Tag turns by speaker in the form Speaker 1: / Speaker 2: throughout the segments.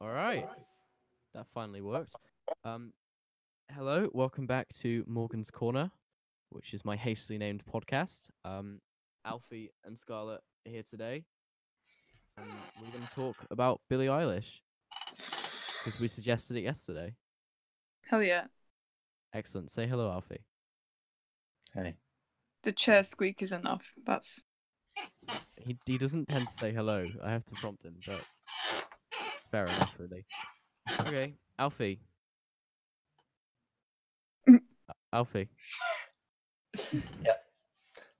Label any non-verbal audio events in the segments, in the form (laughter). Speaker 1: All right. That finally worked. Um, hello, welcome back to Morgan's Corner, which is my hastily named podcast. Um, Alfie and Scarlett are here today, and we're going to talk about Billie Eilish because we suggested it yesterday.
Speaker 2: Hell yeah.
Speaker 1: Excellent. Say hello, Alfie.
Speaker 3: Hey.
Speaker 2: The chair squeak is enough. That's (laughs)
Speaker 1: He he doesn't tend to say hello. I have to prompt him, but fair enough, really. Okay, Alfie. A- Alfie,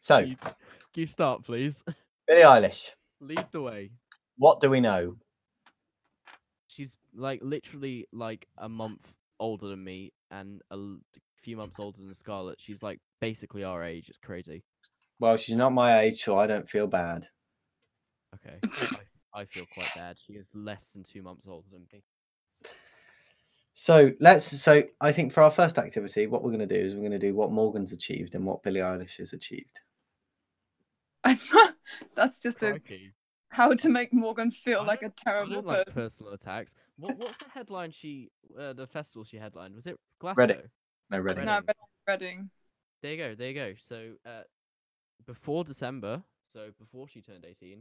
Speaker 3: So,
Speaker 1: you, you start, please. (laughs)
Speaker 3: Billie Eilish,
Speaker 1: Lead the way.
Speaker 3: what do we know?
Speaker 1: She's like literally like a month older than me and a l- few months older than Scarlett. She's like basically our age. It's crazy.
Speaker 3: Well, she's not my age, so I don't feel bad.
Speaker 2: (laughs)
Speaker 1: Okay, I, I feel quite bad. She is less than two months older than me.
Speaker 3: So let's. So I think for our first activity, what we're going to do is we're going to do what Morgan's achieved and what Billie Eilish has achieved.
Speaker 2: that's just a
Speaker 1: Crikey.
Speaker 2: how to make Morgan feel
Speaker 1: I
Speaker 2: like a
Speaker 1: I
Speaker 2: terrible
Speaker 1: don't like
Speaker 2: person.
Speaker 1: personal attacks. What, what's the headline she, uh, the festival she headlined? Was it Glasgow?
Speaker 3: Reading. No, ready.
Speaker 2: No,
Speaker 1: Reading.
Speaker 2: but Reading.
Speaker 1: There you go, there you go. So uh, before December, so before she turned 18,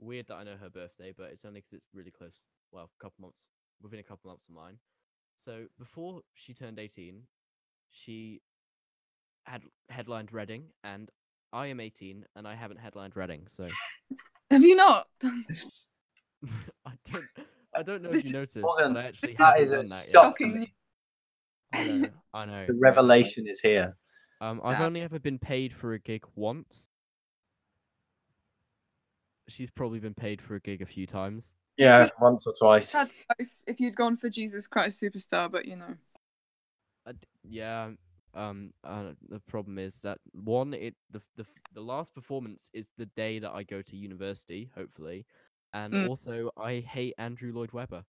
Speaker 1: weird that I know her birthday, but it's only because it's really close, well, a couple months, within a couple months of mine. So before she turned 18, she had headlined Reading, and I am 18 and I haven't headlined Reading, so (laughs)
Speaker 2: Have you not?
Speaker 1: I don't. I don't know if
Speaker 3: (laughs)
Speaker 1: you noticed,
Speaker 3: Morgan,
Speaker 1: but I actually
Speaker 3: that
Speaker 1: haven't
Speaker 3: is a
Speaker 1: done that yet.
Speaker 3: shock to
Speaker 2: Shocking.
Speaker 3: me.
Speaker 1: I know. I know.
Speaker 3: The
Speaker 1: right,
Speaker 3: revelation is here.
Speaker 1: Um, I've
Speaker 2: Nah.
Speaker 1: only ever been paid for a gig once. She's probably been paid for a gig a few times.
Speaker 3: Yeah, once or twice.
Speaker 2: Sad choice if you'd gone for Jesus Christ Superstar, but you know.
Speaker 3: Uh,
Speaker 1: I d yeah. Um. Uh, the problem is that one, it the, the f- the last performance is the day that I go to university, hopefully, and
Speaker 3: Hmm.
Speaker 2: Mm.
Speaker 1: also I hate Andrew Lloyd Webber.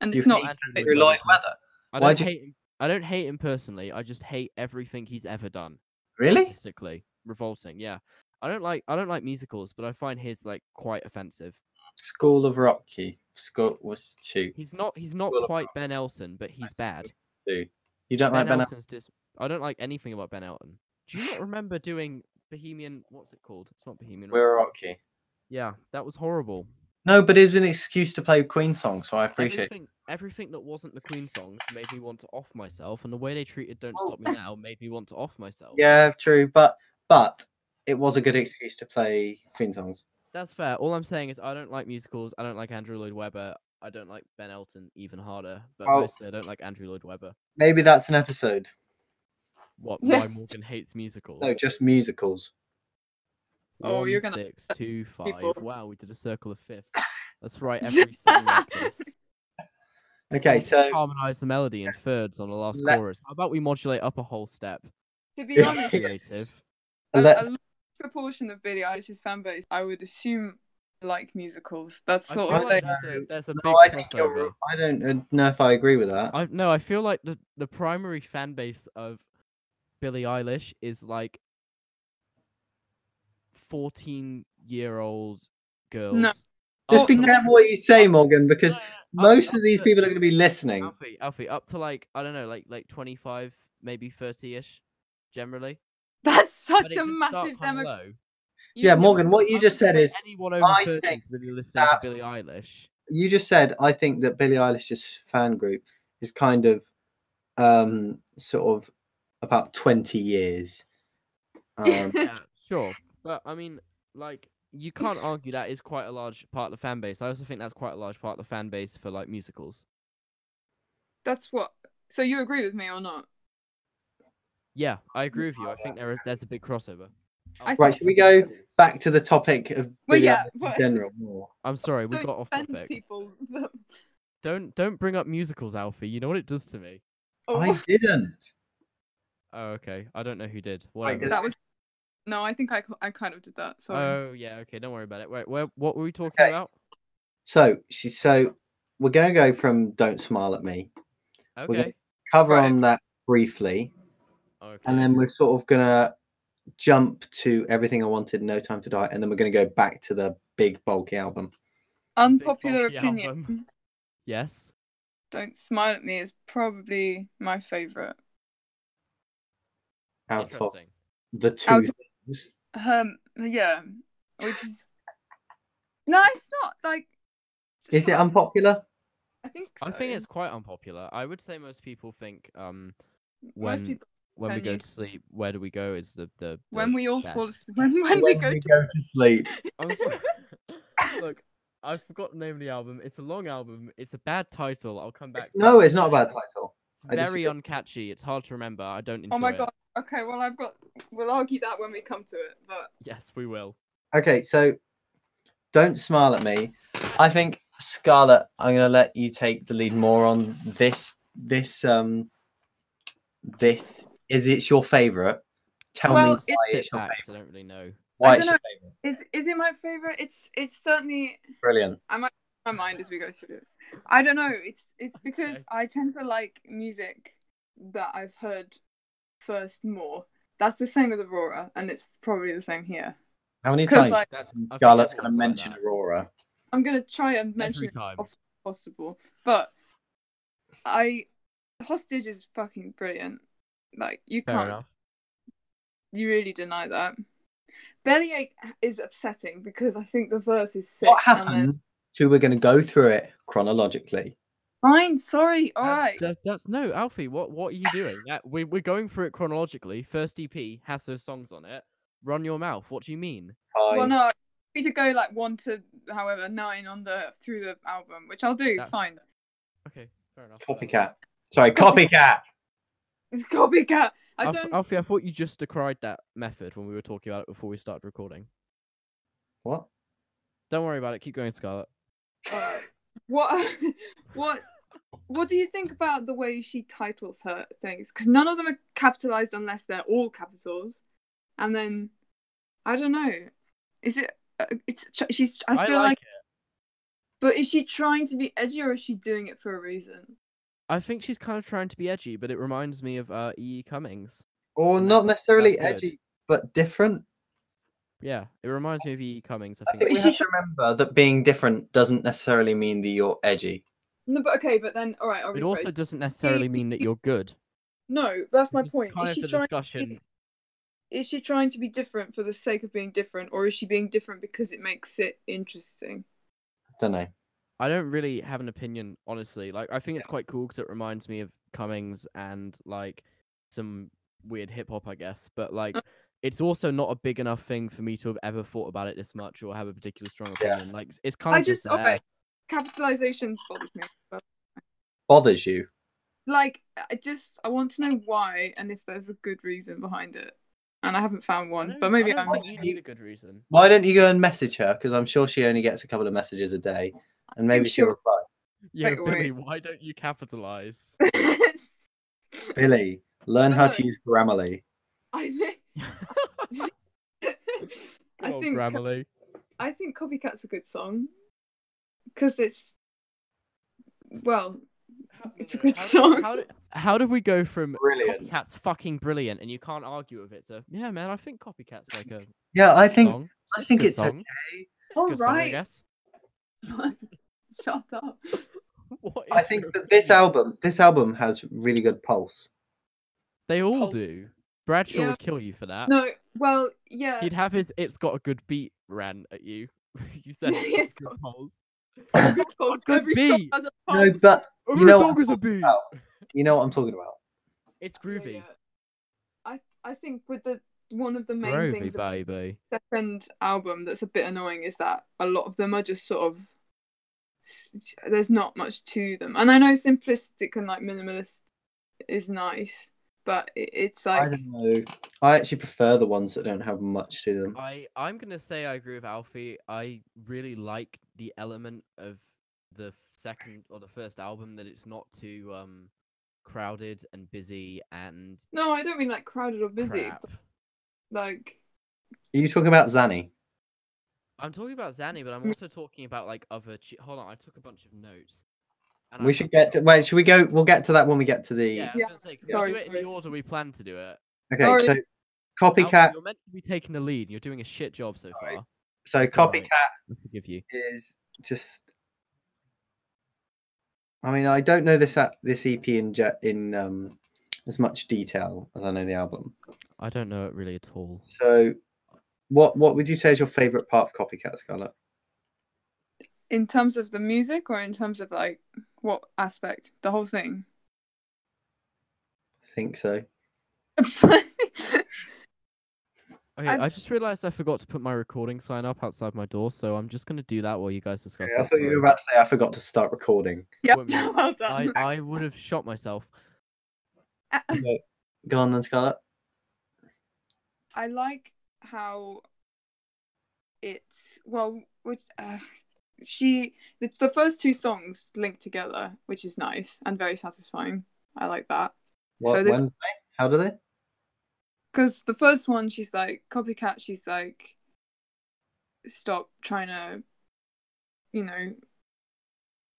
Speaker 2: And
Speaker 3: You
Speaker 2: it's not
Speaker 3: hate
Speaker 1: Andrew
Speaker 3: Andrew
Speaker 1: Lloyd
Speaker 3: Lloyd
Speaker 1: Webber.
Speaker 3: Webber.
Speaker 1: I
Speaker 3: Why
Speaker 1: don't
Speaker 3: do you-
Speaker 1: hate. him- I don't hate him personally. I just hate everything he's ever done.
Speaker 3: Really?
Speaker 1: Statistically revolting. Yeah. I don't like. I don't like musicals, but I find his like quite offensive.
Speaker 3: School of Rocky. School was shoot.
Speaker 1: He's not. He's not
Speaker 3: Well,
Speaker 1: quite Ben Elton, but he's
Speaker 3: That's
Speaker 1: bad.
Speaker 3: good. Too. You don't like
Speaker 1: Ben
Speaker 3: Ben? Al-
Speaker 1: Elton's dis- I don't like anything about Ben Elton. Do you not remember doing Bohemian? What's it called? It's not Bohemian.
Speaker 3: We're
Speaker 1: Rhapsody.
Speaker 3: Rocky.
Speaker 1: Yeah, that was horrible.
Speaker 3: No, but it was an excuse to play Queen songs, so I appreciate. it.
Speaker 1: everything. Everything that wasn't the Queen songs made me want to off myself, and the way they treated "Don't
Speaker 3: Well-
Speaker 1: Stop Me Now" made me want to off myself.
Speaker 3: Yeah, true, but but it was a good excuse to play Queen songs.
Speaker 1: that's fair. All I'm saying is I don't like musicals. I don't like Andrew Lloyd Webber. I don't like Ben Elton even harder. But
Speaker 3: Well-
Speaker 1: mostly I don't like Andrew Lloyd Webber.
Speaker 3: Maybe that's an episode.
Speaker 1: What?
Speaker 2: Yeah.
Speaker 1: Why Morgan hates musicals?
Speaker 3: No, just musicals.
Speaker 2: Oh,
Speaker 1: One,
Speaker 2: you're gonna
Speaker 1: six, two, five.
Speaker 2: people.
Speaker 1: Wow, we did a circle of
Speaker 2: (laughs)
Speaker 1: fifths. That's right. Every song like this.
Speaker 3: (laughs) Okay, so
Speaker 1: harmonize the melody in thirds on the last
Speaker 3: let's-
Speaker 1: chorus. How about we modulate up a whole step?
Speaker 2: To be
Speaker 3: (laughs) Yeah.
Speaker 1: (laughs)
Speaker 2: honest, a,
Speaker 1: Creative.
Speaker 2: a
Speaker 3: let's
Speaker 2: large proportion of Billie Eilish's fan base, I would assume, like musicals. That's
Speaker 1: I
Speaker 2: sort
Speaker 1: feel
Speaker 2: of
Speaker 1: like
Speaker 2: thing.
Speaker 1: there's a, there's a
Speaker 2: Oh,
Speaker 3: No, I
Speaker 1: big
Speaker 3: think you're.
Speaker 1: crossover.
Speaker 3: r- I don't uh, know if I agree with that.
Speaker 1: I no, I feel like the the primary fan base of Billie Eilish is like fourteen year old girls.
Speaker 3: Just
Speaker 2: Oh,
Speaker 3: be
Speaker 2: no.
Speaker 3: careful what you say, Morgan, because most of these
Speaker 1: people.
Speaker 3: people are going to be listening.
Speaker 1: Alfie, Alfie, up to like I don't know, like like twenty five, maybe thirty ish, generally.
Speaker 2: That's
Speaker 1: But
Speaker 2: such
Speaker 1: it
Speaker 2: a
Speaker 1: did
Speaker 2: massive
Speaker 1: start kinda
Speaker 2: demographic.
Speaker 1: low.
Speaker 3: Yeah, Morgan, what
Speaker 1: I
Speaker 3: you
Speaker 1: would
Speaker 3: just said
Speaker 1: say
Speaker 3: is
Speaker 1: anyone over
Speaker 3: I
Speaker 1: thirty
Speaker 3: think
Speaker 1: is really listening to
Speaker 3: that-
Speaker 1: Billie (laughs) Eilish.
Speaker 3: you just said I think that Billie Eilish's fan group is kind of um sort of about
Speaker 2: (laughs)
Speaker 3: twenty years. Um,
Speaker 1: Yeah, sure, but I mean, like you can't
Speaker 3: (laughs)
Speaker 1: argue that is quite a large part of the fan base. I also think that's quite a large part of the fan base for like musicals.
Speaker 2: That's what. So you agree with me or not?
Speaker 1: Yeah, I agree with you. I think there is, there's a big crossover.
Speaker 2: I
Speaker 3: right,
Speaker 2: think
Speaker 3: should we go back to the topic of
Speaker 2: Well,
Speaker 3: Billie
Speaker 2: yeah,
Speaker 3: Eilish
Speaker 2: but-
Speaker 3: in general? More.
Speaker 1: I'm sorry, we
Speaker 2: Don't
Speaker 1: got off
Speaker 2: offend
Speaker 1: topic.
Speaker 2: people. (laughs) that-
Speaker 1: Don't don't bring up musicals, Alfie. You know what it does to me.
Speaker 2: (laughs) Oh,
Speaker 3: I didn't.
Speaker 1: Oh, okay. I don't know who did.
Speaker 3: Right,
Speaker 1: Whatever.
Speaker 3: did
Speaker 2: that was. No, I think I, I kind of did that. Sorry.
Speaker 1: Oh yeah, okay. Don't worry about it. Wait, where, what were we talking
Speaker 3: Okay.
Speaker 1: about?
Speaker 3: So she's so we're going to go from "Don't Smile at Me,"
Speaker 1: Okay.
Speaker 3: gonna cover
Speaker 2: Right.
Speaker 3: on that briefly,
Speaker 1: okay.
Speaker 3: and then we're sort of gonna jump to everything I wanted, No Time to Die, and then we're gonna go back to the big bulky album.
Speaker 2: Unpopular
Speaker 1: Big Bulky
Speaker 2: opinion.
Speaker 1: album. Yes.
Speaker 2: Don't Smile at Me is probably my favourite.
Speaker 3: Out of
Speaker 1: Interesting.
Speaker 3: the two
Speaker 2: Out of-
Speaker 3: things.
Speaker 2: Um, yeah, which is no, it's not like.
Speaker 3: Is it unpopular?
Speaker 2: I think.
Speaker 1: I think
Speaker 2: so.
Speaker 1: it's quite unpopular. I would say most people think um
Speaker 2: most
Speaker 1: when-
Speaker 2: people
Speaker 1: when we
Speaker 2: Can
Speaker 1: go
Speaker 2: you-
Speaker 1: to sleep, where do we go? Is the the, the
Speaker 2: when we all fall
Speaker 1: best.
Speaker 2: asleep when, when we go to
Speaker 3: sleep.
Speaker 1: I'm so- (laughs) Look, I forgot the name of the album. It's a long album. It's a bad title. I'll come back.
Speaker 3: It's-
Speaker 1: to it
Speaker 3: No,
Speaker 1: in
Speaker 3: it's not a
Speaker 1: minute.
Speaker 3: bad title. I
Speaker 1: It's very
Speaker 3: disagree.
Speaker 1: uncatchy. It's hard to remember. I don't enjoy
Speaker 2: oh my
Speaker 1: it.
Speaker 2: god okay well I've got we'll argue that when we come to it but
Speaker 1: Yes, we will.
Speaker 3: Okay, so don't smile at me. I think Scarlett, I'm gonna let you take the lead more on this. This um, this is it's your favorite. Tell
Speaker 2: Well,
Speaker 3: me
Speaker 2: it's-
Speaker 3: why
Speaker 1: Sit
Speaker 3: it's your
Speaker 1: back,
Speaker 3: favorite.
Speaker 1: 'cause I don't really know.
Speaker 3: Why
Speaker 2: I
Speaker 3: it's
Speaker 2: dunno.
Speaker 3: your favorite?
Speaker 2: is is it my favorite it's it's certainly
Speaker 3: Brilliant.
Speaker 2: my mind as we go through it. I don't know. It's it's because
Speaker 1: Okay.
Speaker 2: I tend to like music that I've heard first more. That's the same with Aurora, and it's probably the same here.
Speaker 1: (laughs)
Speaker 3: How many
Speaker 2: 'Cause,
Speaker 3: times
Speaker 2: like-
Speaker 1: That's, I think
Speaker 3: Scarlett's gonna
Speaker 1: everyone's like
Speaker 3: mention
Speaker 1: that.
Speaker 3: Aurora?
Speaker 2: I'm gonna try and mention
Speaker 1: every
Speaker 2: it
Speaker 1: time.
Speaker 2: off- if possible, but I hostage is fucking brilliant. Like you
Speaker 1: Fair
Speaker 2: can't,
Speaker 1: enough.
Speaker 2: you really deny that. Bellyache is upsetting because I think the verse is sick.
Speaker 3: What
Speaker 2: and then-
Speaker 3: happened? So we're gonna go through it chronologically.
Speaker 2: Fine, sorry, all
Speaker 1: that's,
Speaker 2: right.
Speaker 1: that- that's no Alfie. What what are you doing? That, we we're going through it chronologically. First EP has those songs on it. Run your mouth. What do you mean?
Speaker 3: Fine.
Speaker 2: Well, no, free to go like one to however nine on the through the album, which I'll do.
Speaker 1: That's-
Speaker 2: Fine,
Speaker 1: Okay, fair enough. whatever.
Speaker 3: Copycat.
Speaker 1: (laughs)
Speaker 3: Sorry, copycat.
Speaker 2: it's copycat. I
Speaker 1: Alf-
Speaker 2: don't.
Speaker 1: Alfie, I thought you just decried that method when we were talking about it before we started recording.
Speaker 3: What?
Speaker 1: Don't worry about it. Keep going, Scarlett.
Speaker 2: uh, (laughs) what? what? What do you think about the way she titles her things? Because none of them are capitalized unless they're all capitals, and then I don't know. Is it? Uh, it's tr- she's. I feel like.
Speaker 1: it.
Speaker 2: But is she trying to be edgy or is she doing it for a reason?
Speaker 1: I think she's kind of trying to be edgy, but it reminds me of uh, E. E. Cummings.
Speaker 3: Or
Speaker 1: And
Speaker 3: not
Speaker 1: that's-
Speaker 3: necessarily
Speaker 1: that's good.
Speaker 3: edgy, but different.
Speaker 1: Yeah, it reminds me of E. E. Cummings. I
Speaker 3: I think
Speaker 1: think.
Speaker 3: we
Speaker 2: Is
Speaker 3: have
Speaker 2: she
Speaker 3: to remember Uh, that being different doesn't necessarily mean that you're edgy.
Speaker 2: No, but okay, but then all right. I'll
Speaker 1: It
Speaker 2: rephrase.
Speaker 1: also doesn't
Speaker 3: E
Speaker 1: necessarily mean that you're good.
Speaker 2: No, that's my
Speaker 1: It's
Speaker 2: point.
Speaker 1: Kind
Speaker 2: Is
Speaker 1: of
Speaker 2: she
Speaker 1: the
Speaker 2: trying?
Speaker 1: discussion.
Speaker 2: is she trying to be different for the sake of being different or is she being different because it makes it interesting
Speaker 3: Don't know.
Speaker 1: I don't really have an opinion, honestly. Like, I think it's
Speaker 3: Yeah.
Speaker 1: quite cool because it reminds me of Cummings and like some weird hip hop, I guess. But like,
Speaker 2: Mm.
Speaker 1: it's also not a big enough thing for me to have ever thought about it this much or have a particular strong
Speaker 3: Yeah.
Speaker 1: opinion. Like, it's kind
Speaker 2: i
Speaker 1: of
Speaker 2: just
Speaker 1: just
Speaker 2: okay
Speaker 1: there.
Speaker 2: capitalization bothers me but,
Speaker 3: Bothers you.
Speaker 2: like i just i want to know why and if there's a good reason behind it and i haven't found
Speaker 1: I
Speaker 2: one
Speaker 1: don't-
Speaker 2: but maybe
Speaker 1: I
Speaker 2: i'm
Speaker 1: don't think
Speaker 3: wrong.
Speaker 1: you need a good reason.
Speaker 3: Why don't you go and message her? Because I'm sure she only gets a couple of messages a day, and maybe she'll
Speaker 2: she'll-
Speaker 3: reply.
Speaker 1: Yeah,
Speaker 2: Wait, wait.
Speaker 1: Billy, why don't you capitalize?
Speaker 3: Billy, learn
Speaker 2: No,
Speaker 3: how
Speaker 2: no.
Speaker 3: to use Grammarly.
Speaker 2: (laughs)
Speaker 1: (laughs)
Speaker 2: i think (laughs) i
Speaker 1: oh,
Speaker 2: think
Speaker 1: Grammarly.
Speaker 2: i think copycat's a good song because it's well (laughs) it's a good
Speaker 1: how
Speaker 2: song.
Speaker 1: Did, how, did, how did we go from
Speaker 3: Brilliant.
Speaker 1: copycat's fucking brilliant and you can't argue with it to yeah, man, I think copycat's like a
Speaker 3: Yeah, I think
Speaker 1: song.
Speaker 3: I think
Speaker 1: good
Speaker 3: it's
Speaker 1: song.
Speaker 3: okay.
Speaker 1: It's a
Speaker 2: All
Speaker 1: good song, I
Speaker 2: right.
Speaker 1: guess.
Speaker 2: (laughs) shut up
Speaker 1: (laughs) What
Speaker 3: I
Speaker 1: is
Speaker 3: think
Speaker 1: your
Speaker 3: that this
Speaker 1: opinion?
Speaker 3: album, this album has really good pulse.
Speaker 1: they all
Speaker 2: Pulse-
Speaker 1: do. Bradshaw
Speaker 2: Yeah.
Speaker 1: would kill you for that.
Speaker 2: no uh, well yeah
Speaker 1: He'd have his "It's got a good beat" ran at you. (laughs) you said
Speaker 2: (laughs) Yeah,
Speaker 1: it's
Speaker 2: it's
Speaker 1: got a good pulse.
Speaker 2: Pulse.
Speaker 1: (laughs) Could
Speaker 2: Every song
Speaker 1: be.
Speaker 2: has a
Speaker 3: No,
Speaker 2: pulse.
Speaker 3: but
Speaker 1: Every
Speaker 3: you know Oh.
Speaker 1: song
Speaker 3: what
Speaker 1: is a
Speaker 3: I'm talking
Speaker 1: beat.
Speaker 3: about. You know what I'm talking about.
Speaker 1: It's
Speaker 2: Yeah,
Speaker 1: groovy,
Speaker 2: yeah. I I think with the one of the main
Speaker 1: groovy,
Speaker 2: things about
Speaker 1: baby.
Speaker 2: the second album that's a bit annoying is that a lot of them are just sort of s- there's not much to them, and I know simplistic and like minimalist is nice, but it, it's
Speaker 3: I
Speaker 2: like
Speaker 3: don't know. I actually prefer the ones that don't have much to them.
Speaker 1: I I'm gonna say I agree with Alfie. I really like the element of the f- second or the first album that it's not too um crowded and busy and
Speaker 2: no, I don't mean like crowded or busy,
Speaker 1: crap.
Speaker 2: but, like
Speaker 3: Are you talking about Zanny?
Speaker 1: I'm talking about Zanny, but I'm
Speaker 2: Mm.
Speaker 1: also talking about like other. Che- Hold on, I took a bunch of notes. and
Speaker 3: We
Speaker 1: I
Speaker 3: should
Speaker 1: forgot-
Speaker 3: get to wait. Should we go? We'll get to that when we get to the.
Speaker 1: Yeah, I was
Speaker 2: Yeah,
Speaker 1: gonna say, can
Speaker 2: sorry,
Speaker 1: we do it in
Speaker 2: sorry,
Speaker 1: the
Speaker 2: sorry.
Speaker 1: order we plan to do it?
Speaker 3: Okay,
Speaker 2: Sorry.
Speaker 3: so
Speaker 1: Alfie,
Speaker 3: copycat.
Speaker 1: you're meant to be taking the lead. and You're doing a shit job so
Speaker 3: Sorry.
Speaker 1: far.
Speaker 3: So
Speaker 1: it's all right.
Speaker 3: copycat
Speaker 1: I forgive you.
Speaker 3: is just I mean, I don't know this a- this EP in jet in um, as much detail as I know the album.
Speaker 1: I don't know it really at all.
Speaker 3: So, what what would you say is your favorite part of Copycat, Scarlett?
Speaker 2: In terms of the music or in terms of like what aspect? The whole thing. (laughs)
Speaker 3: I think so.
Speaker 1: Okay,
Speaker 2: I'm-
Speaker 1: I just realized I forgot to put my recording sign up outside my door, so I'm just gonna do that while you guys discuss.
Speaker 3: I
Speaker 1: it,
Speaker 3: thought you were
Speaker 1: sorry.
Speaker 3: about to say I forgot to start (laughs) recording.
Speaker 2: yep.
Speaker 1: Wait a minute.
Speaker 2: Well (laughs) done.
Speaker 1: I, I would have shot myself.
Speaker 3: Go on then, Scarlett.
Speaker 2: I like how it's well, which uh, she it's the first two songs linked together, which is nice and very satisfying. I like that
Speaker 3: What,
Speaker 2: So this-
Speaker 3: Wednesday? How do they?
Speaker 2: because the first one she's like copycat. She's like, stop trying to, you know,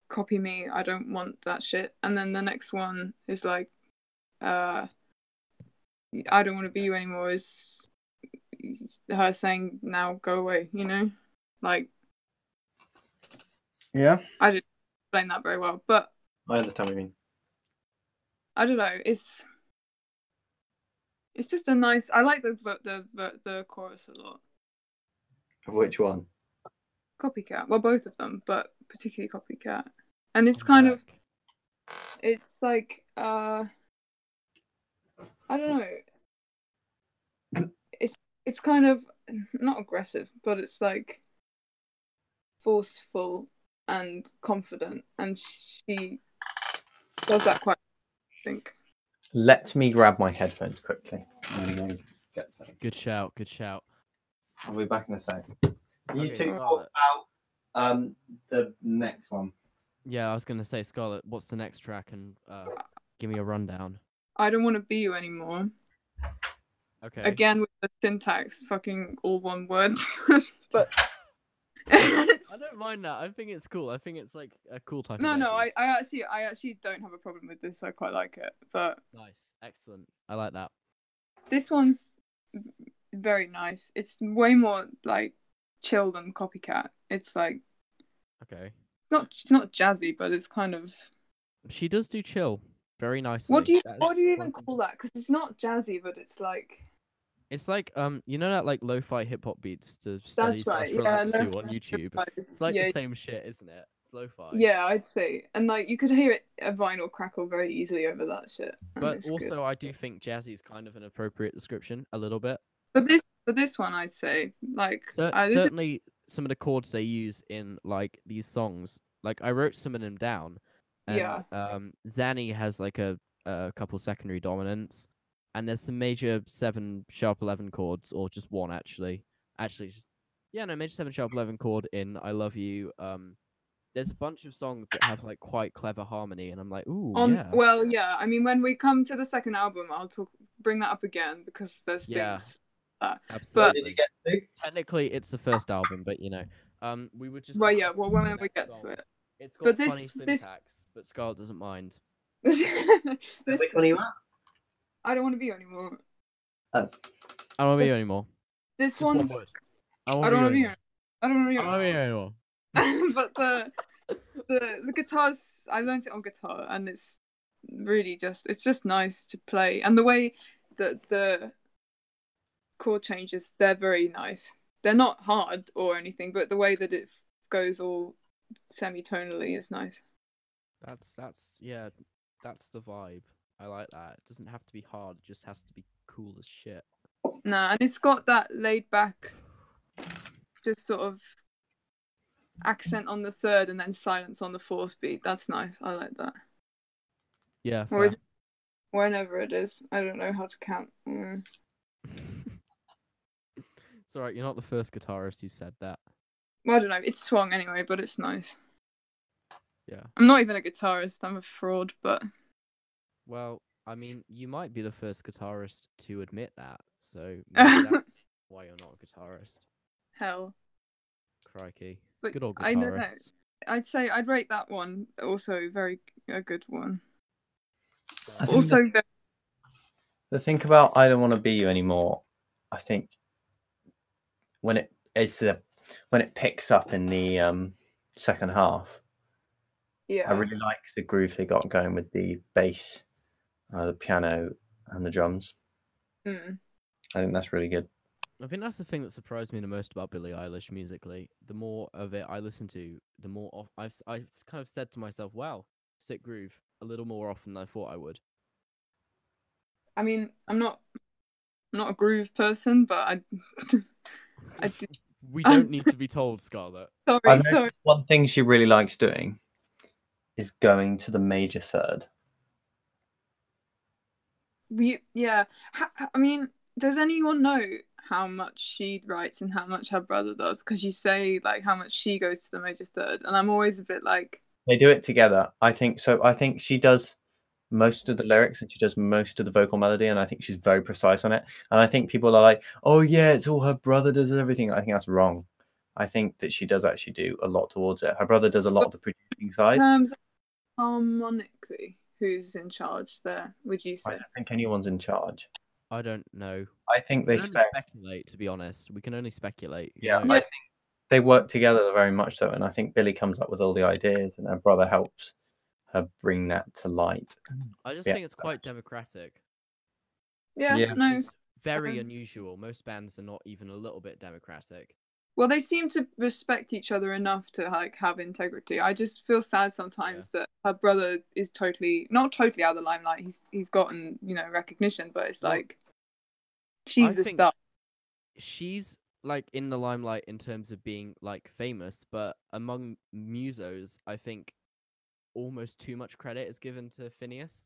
Speaker 2: copy me. I don't want that shit. And then the next one is like, uh, I don't want to be you anymore. Is her saying now go away? You know, like
Speaker 3: Yeah,
Speaker 2: I didn't explain that very well, but
Speaker 3: I understand what you mean.
Speaker 2: I don't know. It's it's just a nice. I like the ver- the ver- the chorus a lot.
Speaker 3: Of which one?
Speaker 2: Copycat. Well, both of them, but particularly Copycat. And it's kind of
Speaker 1: Back.
Speaker 2: it's like uh I don't know. It's it's kind of not aggressive, but it's like forceful and confident, and she does that quite. I think.
Speaker 3: Let me grab my headphones quickly. I'm gonna go get some.
Speaker 1: good shout, good shout.
Speaker 3: I'll be back in a sec. You
Speaker 1: Okay,
Speaker 3: two talk
Speaker 1: Scarlett.
Speaker 3: about um, the next one.
Speaker 1: Yeah, I was gonna say, Scarlett, what's the next track? And uh, give me a rundown.
Speaker 2: I don't want to be you anymore.
Speaker 1: Okay.
Speaker 2: again with the syntax fucking all one word (laughs) but (laughs)
Speaker 1: I don't mind that. I think it's cool. I think it's like a cool type.
Speaker 2: no
Speaker 1: of
Speaker 2: no
Speaker 1: version.
Speaker 2: I, I actually i actually don't have a problem with this i quite like it but
Speaker 1: Nice, excellent. I like that.
Speaker 2: this one's v- very nice it's way more like chill than copycat it's like
Speaker 1: Okay.
Speaker 2: it's not it's not jazzy but it's kind of
Speaker 1: She does do chill very nicely.
Speaker 2: what do you
Speaker 1: That
Speaker 2: what
Speaker 1: is
Speaker 2: do you
Speaker 1: one
Speaker 2: even
Speaker 1: thing-
Speaker 2: call that because it's not jazzy but it's like
Speaker 1: It's like um, you know that like lo-fi hip hop beats to study
Speaker 2: that's
Speaker 1: slash
Speaker 2: right yeah
Speaker 1: relax
Speaker 2: no,
Speaker 1: to on YouTube. It's like
Speaker 2: yeah
Speaker 1: the same shit, isn't it? It's lo-fi.
Speaker 2: yeah i'd say and like you could hear it a vinyl crackle very easily over that shit and
Speaker 1: But
Speaker 2: it's good.
Speaker 1: also, I do think jazzy is kind of an appropriate description, a little bit.
Speaker 2: But this, but this one, I'd say, like,
Speaker 1: Cer-
Speaker 2: uh, this is,
Speaker 1: certainly, some of the chords they use in like these songs, like I wrote some of them down. And,
Speaker 2: Yeah.
Speaker 1: Um, Zanny has like a a couple secondary dominants, and there's some major seven sharp eleven chords, or just one actually. Actually, just, yeah, no, major seven sharp eleven chord in "I Love You." Um, there's a bunch of songs that have like quite clever harmony, and I'm like, ooh,
Speaker 2: on.
Speaker 1: yeah.
Speaker 2: Um, Well, yeah. I mean, when we come to the second album, I'll talk, bring that up again because there's
Speaker 1: Yeah.
Speaker 2: things.
Speaker 3: Where
Speaker 1: absolutely.
Speaker 3: did you get to?
Speaker 1: Technically, it's the first album, but you know, um, we would just
Speaker 2: Well,
Speaker 1: discuss
Speaker 2: yeah. Well,
Speaker 1: the
Speaker 2: when we
Speaker 1: next
Speaker 2: get to
Speaker 1: song.
Speaker 2: it, (laughs)
Speaker 1: It's got
Speaker 2: But
Speaker 1: funny
Speaker 2: this- this-
Speaker 1: syntax, but Scarlett doesn't mind.
Speaker 2: this
Speaker 3: Which one are you at?
Speaker 2: I don't want to be you anymore.
Speaker 3: Oh,
Speaker 1: I don't want to
Speaker 2: Just
Speaker 1: be you anymore.
Speaker 2: This
Speaker 1: Just one
Speaker 2: one's.
Speaker 1: word.
Speaker 2: Oh. I don't want to be you. I don't want to be
Speaker 1: I
Speaker 2: you.
Speaker 1: don't want to be you anymore.
Speaker 2: anymore. (laughs) but the, the the guitars, I learned it on guitar, and it's really just it's just nice to play, and the way that the chord changes, they're very nice. They're not hard or anything, but the way that it f- goes all semitonally is nice.
Speaker 1: That's that's yeah, that's the vibe. I like that. It doesn't have to be hard. It just has to be cool as shit.
Speaker 2: Nah, and it's got that laid back, just sort of accent on the third and then silence on the fourth beat. That's nice. I like that.
Speaker 1: Yeah.
Speaker 2: Or is it whenever it is? I don't know how to count. Mm.
Speaker 1: (laughs) it's alright. You're not the first guitarist who said that.
Speaker 2: Well, I don't know. It's swung anyway, but it's nice.
Speaker 1: Yeah.
Speaker 2: I'm not even a guitarist. I'm a fraud, but
Speaker 1: Well, I mean, you might be the first guitarist to admit that. So
Speaker 2: (laughs)
Speaker 1: maybe that's why you're not a guitarist.
Speaker 2: hell.
Speaker 1: Crikey.
Speaker 2: But
Speaker 1: Good old guitarists.
Speaker 2: I don't know. I'd say I'd rate that one also very a good one.
Speaker 3: I think
Speaker 2: Also, very,
Speaker 3: the thing about I don't want to be you anymore. I think when it is the when it picks up in the um, second half,
Speaker 2: Yeah.
Speaker 3: I really like the groove they got going with the bass, uh, the piano, and the drums.
Speaker 2: Mm.
Speaker 3: I think that's really good.
Speaker 1: I think that's the thing that surprised me the most about Billie Eilish musically. The more of it I listen to, the more off- I've I kind of said to myself, "Wow, sick groove." A little more often than I thought I would.
Speaker 2: I mean, I'm not I'm not a groove person, but I (laughs) I did- (laughs)
Speaker 1: we don't need to be told, Scarlett.
Speaker 3: I
Speaker 2: sorry,
Speaker 3: know
Speaker 2: sorry.
Speaker 3: One thing she really likes doing is going to the major third.
Speaker 2: We, yeah. Ha- ha- I mean, does anyone know how much she writes and how much her brother does? Because you say like how much she goes to the major third, and I'm always a bit like,
Speaker 3: They do it together. I think so. I think she does most of the lyrics and she does most of the vocal melody, and I think she's very precise on it. And I think people are like, "Oh yeah, it's all her brother does everything." I think that's wrong. I think that she does actually do a lot towards it. Her brother does a lot of the producing
Speaker 2: in
Speaker 3: side.
Speaker 2: terms of harmonically, who's in charge there? Would you
Speaker 3: I
Speaker 2: say?
Speaker 3: don't think anyone's in charge.
Speaker 1: I don't know.
Speaker 3: I think they
Speaker 1: we can only
Speaker 3: spend.
Speaker 1: speculate, to be honest. We can only speculate. you
Speaker 3: Yeah,
Speaker 1: know?
Speaker 3: I think they work together very much so, and I think Billy comes up with all the ideas, and her brother helps her bring that to light.
Speaker 1: I just
Speaker 3: Yeah.
Speaker 1: think it's quite democratic.
Speaker 2: Yeah,
Speaker 3: Yeah.
Speaker 1: which
Speaker 2: no.
Speaker 1: is very
Speaker 2: Um,
Speaker 1: unusual. Most bands are not even a little bit democratic.
Speaker 2: Well, they seem to respect each other enough to like have integrity. I just feel sad sometimes that her brother is totally not totally out of the limelight. He's he's gotten you know recognition, but it's
Speaker 1: Well,
Speaker 2: like she's
Speaker 1: I
Speaker 2: the
Speaker 1: think-
Speaker 2: star.
Speaker 1: She's like in the limelight in terms of being like famous, but among musos, I think almost too much credit is given to Phineas.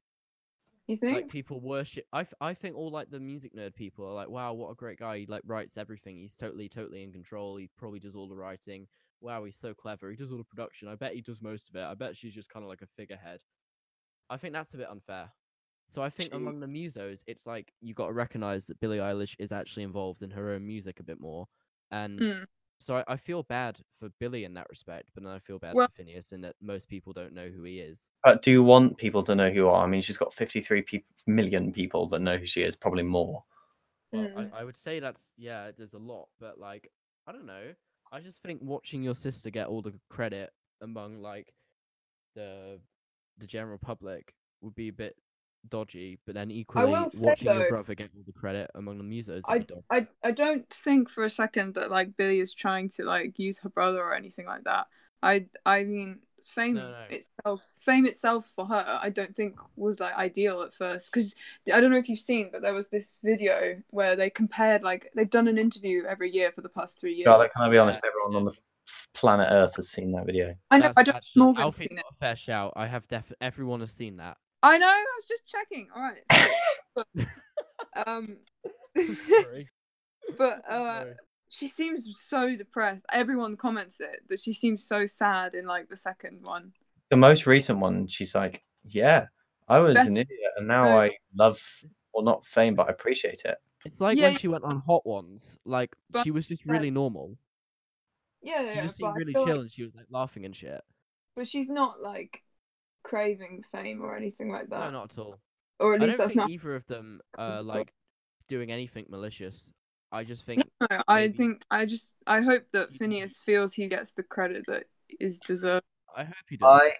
Speaker 2: You think?
Speaker 1: Like people worship. I, f- I think all like the music nerd people are like, wow, what a great guy. He like writes everything. He's totally totally in control. He probably does all the writing. Wow, he's so clever. He does all the production. I bet he does most of it. I bet she's just kind of like a figurehead. I think that's a bit unfair. So I think
Speaker 2: True.
Speaker 1: among the musos, it's like you got to recognize that Billie Eilish is actually involved in her own music a bit more, and
Speaker 2: Mm.
Speaker 1: so I, I feel bad for Billie in that respect, but then I feel bad
Speaker 2: Well-
Speaker 1: for Phineas in that most people don't know who he is.
Speaker 3: But Uh, do you want people to know who you are? I mean, she's got 53 peop million people that know who she is, probably more.
Speaker 1: Well,
Speaker 2: Mm.
Speaker 1: I, I would say that's yeah, there's a lot, but like I don't know. I just think watching your sister get all the credit among like the the general public would be a bit dodgy, but then equally
Speaker 2: will say,
Speaker 1: watching your
Speaker 2: though,
Speaker 1: brother get all the credit among the musos would be dodgy.
Speaker 2: I I don't think for a second that like Billy is trying to like use her brother or anything like that. I I mean fame
Speaker 1: No, no.
Speaker 2: itself fame itself for her I don't think was like ideal at first cuz I don't know if you've seen but there was this video where they compared like they've done an interview every year for the past 3 years.
Speaker 3: Charlotte, can I be
Speaker 1: yeah,
Speaker 3: honest? Everyone on the f- planet Earth has seen that video.
Speaker 2: I know I
Speaker 1: That's
Speaker 2: don't
Speaker 1: actually-
Speaker 2: Morgan's
Speaker 1: Alfie's
Speaker 2: seen it.
Speaker 1: got a fair shout. I have def everyone has seen
Speaker 2: (laughs)
Speaker 1: that. (laughs)
Speaker 2: I know I was just checking. All right.
Speaker 1: (laughs)
Speaker 2: so- um (laughs)
Speaker 1: Sorry.
Speaker 2: but uh she seems so depressed. Everyone comments it that she seems so sad in like the second one.
Speaker 3: (laughs) The most recent one, she's like, Yeah, I was an
Speaker 2: That's-
Speaker 3: idiot, and now
Speaker 2: no.
Speaker 3: I love, well, not fame, but I appreciate it.
Speaker 1: It's like
Speaker 2: Yeah,
Speaker 1: when
Speaker 2: yeah.
Speaker 1: she went
Speaker 2: (laughs)
Speaker 1: on Hot Ones, like
Speaker 2: But-
Speaker 1: she was just
Speaker 2: but-
Speaker 1: really normal.
Speaker 2: Yeah,
Speaker 1: She
Speaker 2: yeah,
Speaker 1: just
Speaker 2: but,
Speaker 1: seemed
Speaker 2: I
Speaker 1: really
Speaker 2: feel
Speaker 1: chill
Speaker 2: like-
Speaker 1: and she was like laughing and shit.
Speaker 2: but she's not like craving fame or anything like that.
Speaker 1: No, not at all.
Speaker 2: Or at
Speaker 1: I
Speaker 2: least
Speaker 1: don't
Speaker 2: that's
Speaker 1: think
Speaker 2: not.
Speaker 1: either of them
Speaker 2: comes
Speaker 1: are
Speaker 2: across.
Speaker 1: like doing anything malicious. I just
Speaker 2: No,
Speaker 1: think
Speaker 2: no, I
Speaker 1: maybe-
Speaker 2: think I just I hope that
Speaker 1: Mhm.
Speaker 2: Phineas feels he gets the credit that is deserved.
Speaker 1: I hope he does.
Speaker 3: I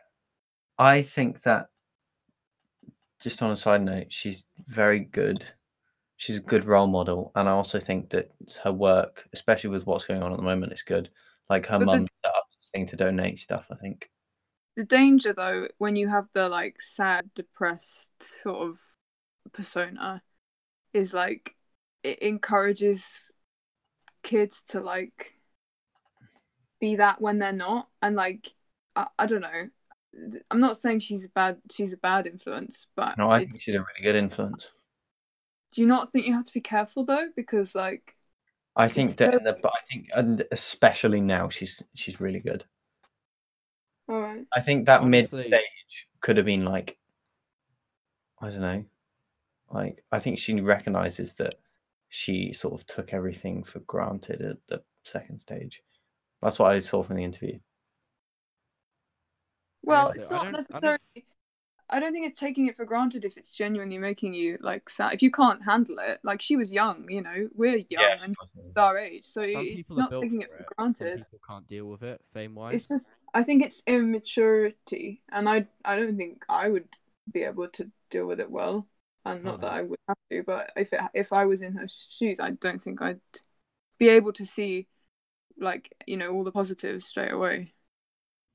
Speaker 3: I think that just on a side note, she's very good. She's a good role model, and I also think that her work, especially with what's going on at the moment, is good. Like her
Speaker 2: But the-
Speaker 3: mum set up this thing to donate stuff. I think
Speaker 2: The danger though, when you have the like sad, depressed sort of persona, is like it encourages kids to like be that when they're not and like I, I don't know Th- i'm not saying she's a bad she's a bad influence but
Speaker 3: no, I
Speaker 2: it's-
Speaker 3: think she's a really good influence.
Speaker 2: do you not think you have to be careful though because like
Speaker 3: I think
Speaker 2: It's
Speaker 3: that,
Speaker 2: so-
Speaker 3: in the, but I think, and especially now, she's she's really good.
Speaker 2: all right
Speaker 3: I think that mid
Speaker 1: Honestly-
Speaker 3: stage could have been like, I don't know, like I think she recognizes that she sort of took everything for granted at the second stage. That's what I saw from the interview.
Speaker 2: well
Speaker 1: so
Speaker 2: it's
Speaker 1: I
Speaker 2: not
Speaker 1: don't- I don't-
Speaker 2: necessarily I, I don't think it's taking it for granted if it's genuinely making you like sad. If you can't handle it, like she was young, you know, we're young
Speaker 3: Yes,
Speaker 2: and
Speaker 3: possibly.
Speaker 2: she's our age, so
Speaker 1: Some
Speaker 2: it's
Speaker 1: people are
Speaker 2: not
Speaker 1: built
Speaker 2: taking
Speaker 1: for
Speaker 2: it for
Speaker 1: it, Some
Speaker 2: granted.
Speaker 1: people can't deal with it, fame
Speaker 2: It's
Speaker 1: wise.
Speaker 2: just I think it's immaturity, and I I don't think I would be able to deal with it well, and not that
Speaker 1: Uh-huh.
Speaker 2: I would have to, but if it, if I was in her shoes, I don't think I'd be able to see like you know all the positives straight away.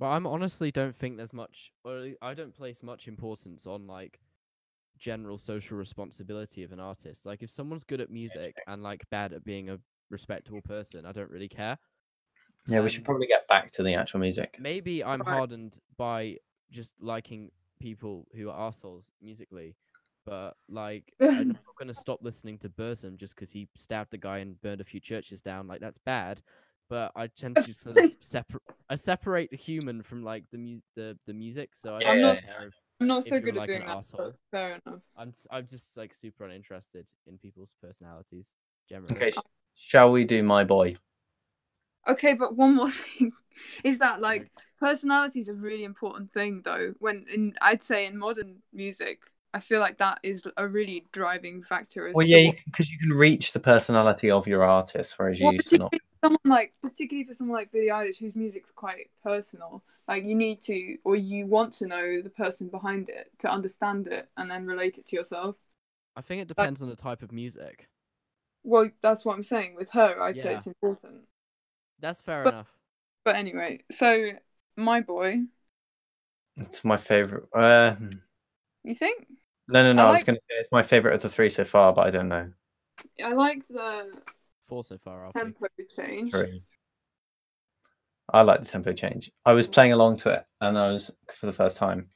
Speaker 1: But I'm honestly don't think there's much, or I don't place much importance on like general social responsibility of an artist. Like if someone's good at music and like bad at being a respectable person, I don't really care.
Speaker 3: Yeah, we should
Speaker 1: Um,
Speaker 3: probably get back to the actual music.
Speaker 1: Maybe I'm
Speaker 2: Right.
Speaker 1: hardened by just liking people who are assholes musically, but like I'm
Speaker 2: (laughs)
Speaker 1: not gonna stop listening to Burzum just because he stabbed the guy and burned a few churches down. Like that's bad. But I tend to just sort of
Speaker 2: (laughs)
Speaker 1: separate. I separate the human from like the mu- the the music. So I
Speaker 3: Yeah,
Speaker 1: don't
Speaker 2: yeah,
Speaker 1: really care if-
Speaker 2: I'm not
Speaker 1: If
Speaker 2: so
Speaker 1: you're
Speaker 2: good at
Speaker 1: like an
Speaker 2: doing that.
Speaker 1: arsehole.
Speaker 2: But fair enough.
Speaker 1: I'm s- I'm just like super uninterested in people's personalities generally.
Speaker 3: Okay, sh- shall we do my boy?
Speaker 2: Okay, but one more (laughs) thing is that
Speaker 1: Sorry.
Speaker 2: like personality is a really important thing though. When in I'd say in modern music, I feel like that is a really driving factor. As
Speaker 3: Well,
Speaker 2: to
Speaker 3: yeah,
Speaker 2: what-
Speaker 3: because you can reach the personality of your artist, whereas you
Speaker 2: Well,
Speaker 3: used to not.
Speaker 2: particularly someone like particularly for someone like Billie Eilish, whose music's quite personal. Like you need to or you want to know the person behind it to understand it and then relate it to yourself.
Speaker 1: I think it depends on the type of music.
Speaker 2: Well, that's what I'm saying. With her, I'd say
Speaker 1: Yeah.
Speaker 2: it's important.
Speaker 1: That's fair
Speaker 2: But-
Speaker 1: enough.
Speaker 2: But anyway, so my boy,
Speaker 3: It's my favorite. Uh, hmm.
Speaker 2: you think?
Speaker 3: no, no, no. I, was
Speaker 2: like-
Speaker 3: going to say it's my favorite of the three so far, but I don't know.
Speaker 2: I like the
Speaker 1: Four so far, Alfie.
Speaker 2: tempo change.
Speaker 3: Three. I like the tempo change. I was playing along to it, and I was for the first time,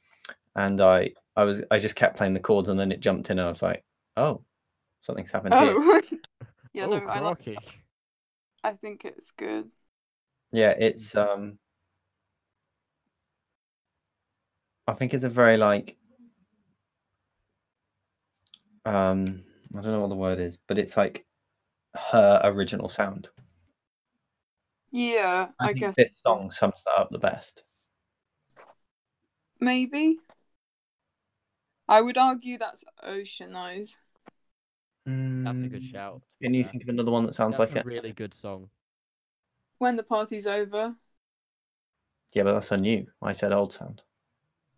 Speaker 3: and I, I was, I just kept playing the chords, and then it jumped in, and I was like, oh, something's happened here.
Speaker 2: Oh, (laughs) yeah,
Speaker 1: oh,
Speaker 2: no, I, like,
Speaker 1: crikey.
Speaker 2: I think it's good.
Speaker 3: Yeah, it's um I think it's a very like um I don't know what the word is, but it's like her original sound.
Speaker 2: Yeah, I,
Speaker 3: think
Speaker 2: guess
Speaker 3: this song sums that up the best.
Speaker 2: maybe. I would argue that's Ocean Eyes.
Speaker 1: That's a good
Speaker 3: Mm,
Speaker 1: shout. to be
Speaker 3: Can you
Speaker 1: fair.
Speaker 3: think of another one that sounds
Speaker 1: That's
Speaker 3: like
Speaker 1: a
Speaker 3: it?
Speaker 1: really good song.
Speaker 2: When the party's over.
Speaker 3: Yeah, but that's on you. I said old sound.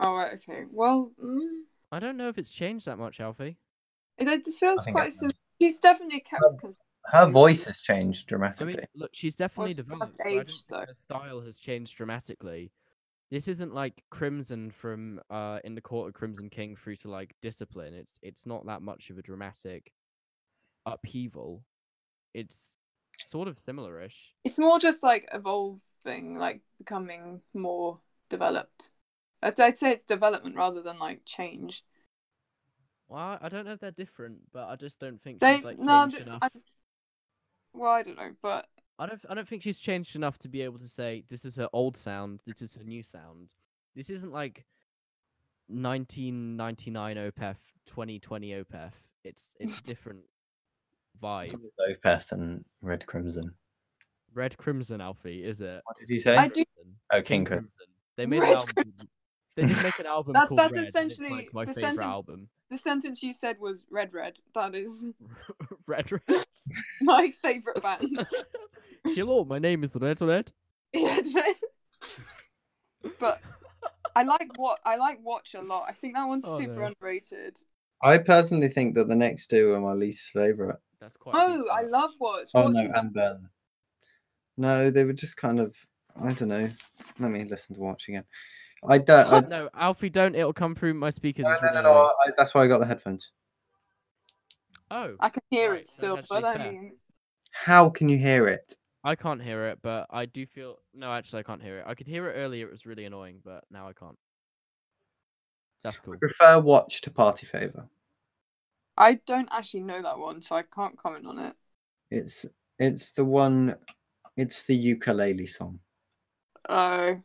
Speaker 2: Oh, right, okay. Well, mm,
Speaker 1: I don't know if it's changed that much, Alfie.
Speaker 2: it, it just
Speaker 3: I
Speaker 2: feels
Speaker 3: think
Speaker 2: quite
Speaker 3: I-
Speaker 2: similar. She's definitely kept.
Speaker 3: Um,
Speaker 2: cons-
Speaker 3: Her voice has changed
Speaker 1: I mean,
Speaker 3: dramatically.
Speaker 1: look, she's definitely
Speaker 2: she has
Speaker 1: developed. but I don't
Speaker 2: aged,
Speaker 1: think
Speaker 2: though.
Speaker 1: Her style has changed dramatically. This isn't like Crimson from uh in the court of Crimson King through to like Discipline. It's it's not that much of a dramatic upheaval. It's sort of similar-ish.
Speaker 2: It's more just like evolving, like becoming more developed. I'd, I'd say it's development rather than like change.
Speaker 1: Well, I don't know if they're different, but I just don't think
Speaker 2: They
Speaker 1: she's like
Speaker 2: no,
Speaker 1: changed
Speaker 2: th-
Speaker 1: enough.
Speaker 2: I, well, I don't know, but
Speaker 1: I don't I don't think she's changed enough to be able to say this is her old sound, this is her new sound. This isn't like 1999 Opeth, 2020 Opeth. It's
Speaker 2: (laughs)
Speaker 1: it's a different
Speaker 3: It's
Speaker 1: vibe.
Speaker 3: Opeth and Red Crimson.
Speaker 1: Red Crimson Alfie, is it?
Speaker 3: What did you
Speaker 1: It's
Speaker 3: say?
Speaker 1: King
Speaker 2: I do-
Speaker 1: Crimson.
Speaker 3: Oh, King Crimson.
Speaker 1: They made
Speaker 2: Red
Speaker 1: an album. called- (laughs) They did make an album
Speaker 2: That's-
Speaker 1: called
Speaker 2: that's
Speaker 1: Red, and it's,
Speaker 2: essentially
Speaker 1: like, my
Speaker 2: the
Speaker 1: favorite
Speaker 2: sentence-
Speaker 1: album. (laughs)
Speaker 2: the sentence you said was red, red. That is (laughs)
Speaker 1: Red Red. (laughs)
Speaker 2: my favorite band.
Speaker 1: Hello, my name is Red Red.
Speaker 2: (laughs) but I like what I like Watch a lot. I think that one's
Speaker 1: Oh,
Speaker 2: super
Speaker 1: no.
Speaker 2: underrated.
Speaker 3: I personally think that the next two are my least favorite.
Speaker 1: That's quite. a deep
Speaker 2: Oh, I
Speaker 1: cut.
Speaker 2: love Watch.
Speaker 3: Oh
Speaker 2: Watch
Speaker 3: no,
Speaker 2: is-
Speaker 3: and Burn. No, they were just kind of. I don't know. Let me listen to watch again. I don't. I, no,
Speaker 1: No, Alfie, don't. It'll come through my speakers. it's
Speaker 3: Uh, no, no,
Speaker 1: really
Speaker 3: no.
Speaker 1: annoying.
Speaker 3: I, that's why I got the headphones.
Speaker 1: Oh,
Speaker 2: I can hear
Speaker 1: Right,
Speaker 2: it
Speaker 1: that's
Speaker 2: still,
Speaker 1: actually
Speaker 2: but I
Speaker 1: fair.
Speaker 2: mean,
Speaker 3: How can you hear it?
Speaker 1: I can't hear it, but I do feel. No, actually, I can't hear it. I could hear it earlier. It was really annoying, but now I can't.
Speaker 3: (laughs)
Speaker 1: That's cool.
Speaker 3: Prefer watch to party favor.
Speaker 2: I don't actually know that one, so I can't comment on it.
Speaker 3: It's it's the one. It's the ukulele song.
Speaker 2: Oh.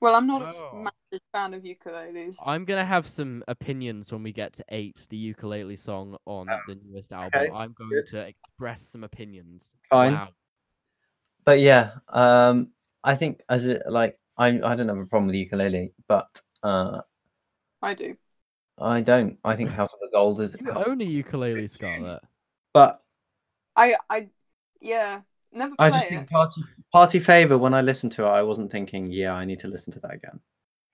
Speaker 2: well, I'm not a f-
Speaker 1: Oh.
Speaker 2: massive fan of ukuleles.
Speaker 1: I'm gonna have some opinions when we get to eight, the ukulele song on
Speaker 3: Ah,
Speaker 1: the newest album.
Speaker 3: okay,
Speaker 1: I'm going
Speaker 3: good.
Speaker 1: to express some opinions.
Speaker 3: Fine. (laughs)
Speaker 1: Wow.
Speaker 3: But yeah, um, I think as it like I I don't have a problem with ukulele, but Uh,
Speaker 2: I do.
Speaker 3: I don't. I (laughs) think House of the Gold is.
Speaker 1: You
Speaker 3: House-
Speaker 1: own a ukulele, Scarlet.
Speaker 3: But
Speaker 2: I I yeah. Never play
Speaker 3: I just
Speaker 2: it.
Speaker 3: think party party favor. When I listened to it, I wasn't thinking, yeah, I need to listen to that again.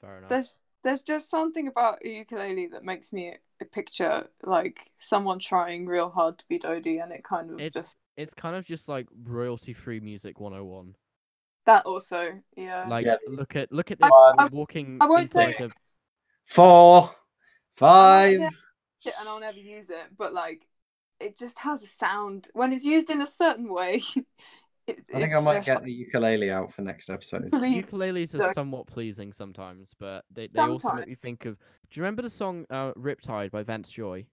Speaker 1: Fair enough.
Speaker 2: There's there's just something about a ukulele that makes me a picture like someone trying real hard to be Dodie, and it kind of
Speaker 1: It's
Speaker 2: just
Speaker 1: it's kind of just like royalty-free music 101.
Speaker 2: that also yeah.
Speaker 1: Like
Speaker 3: Yeah.
Speaker 1: look at look at
Speaker 2: I-
Speaker 1: this
Speaker 3: I-
Speaker 1: walking
Speaker 2: I won't say
Speaker 1: inside
Speaker 2: it,
Speaker 1: a
Speaker 3: Four,
Speaker 2: I'll
Speaker 3: five.
Speaker 2: never it and I'll never use it, but like it just has a sound when it's used in a certain way. (laughs) It,
Speaker 3: I think I
Speaker 2: it's
Speaker 3: might
Speaker 2: just-
Speaker 3: get the ukulele out for next episode.
Speaker 2: Please,
Speaker 1: ukuleles are
Speaker 2: Sorry.
Speaker 1: somewhat pleasing sometimes, but they, they also make
Speaker 2: Sometimes.
Speaker 1: me think of. Do you remember the song uh, "Riptide" by Vance Joy?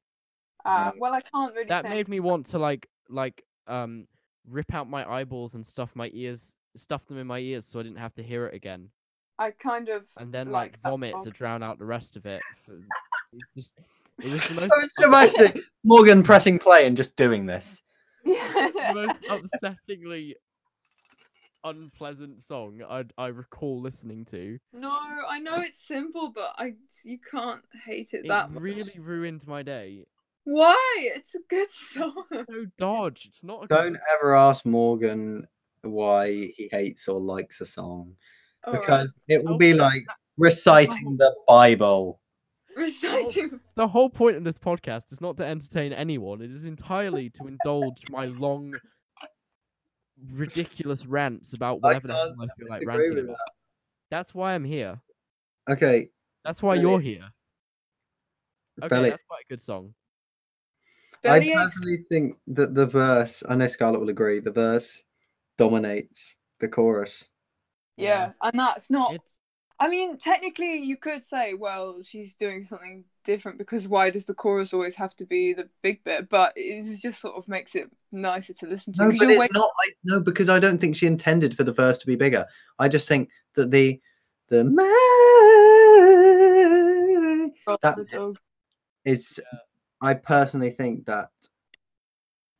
Speaker 2: Uh, well, I can't really.
Speaker 1: That
Speaker 2: say
Speaker 1: made me want to like like um rip out my eyeballs and stuff my ears, stuff them in my ears so I didn't have to hear it again,
Speaker 2: I kind of (laughs)
Speaker 1: and then
Speaker 2: Like
Speaker 1: like,
Speaker 2: that
Speaker 1: vomit
Speaker 2: song.
Speaker 1: to drown out the rest of it. for- it just, it was
Speaker 2: (laughs)
Speaker 1: the
Speaker 3: I
Speaker 1: most,
Speaker 3: was just imagining Morgan pressing play and just doing this.
Speaker 1: the most upsettingly unpleasant song I I recall listening to.
Speaker 2: no, I know it's simple, but I you can't hate it,
Speaker 1: It
Speaker 2: that much.
Speaker 1: really ruined my day.
Speaker 2: Why? It's a good (laughs) song.
Speaker 1: No dodge. It's not. A good
Speaker 3: Don't ever ask Morgan why he hates or likes a song
Speaker 2: Alright.
Speaker 3: because it will
Speaker 1: Oh,
Speaker 3: be like reciting the Bible.
Speaker 2: reciting.
Speaker 1: the whole point of this podcast is not to entertain anyone. It is entirely to indulge my long, ridiculous rants about
Speaker 3: I
Speaker 1: whatever the hell I
Speaker 3: can't
Speaker 1: feel like
Speaker 3: disagree
Speaker 1: ranting
Speaker 3: with
Speaker 1: about. That's why I'm here.
Speaker 3: Okay,
Speaker 1: That's why
Speaker 3: Really?
Speaker 1: you're here. Okay,
Speaker 3: Belly.
Speaker 1: that's quite a good song.
Speaker 2: Belly aches.
Speaker 3: I personally think that the verse, I know Scarlett will agree, the verse dominates the chorus.
Speaker 2: Yeah, and that's not.
Speaker 1: It's
Speaker 2: I mean, technically, you could say, well, she's doing something different because why does the chorus always have to be the big bit? But it just sort of makes it nicer to listen to.
Speaker 3: No,
Speaker 2: 'cause
Speaker 3: but
Speaker 2: you're
Speaker 3: it's
Speaker 2: wait-
Speaker 3: not. I, no, because I don't think she intended for the verse to be bigger. I just think that the the May that bit
Speaker 2: dog.
Speaker 3: is. I personally think that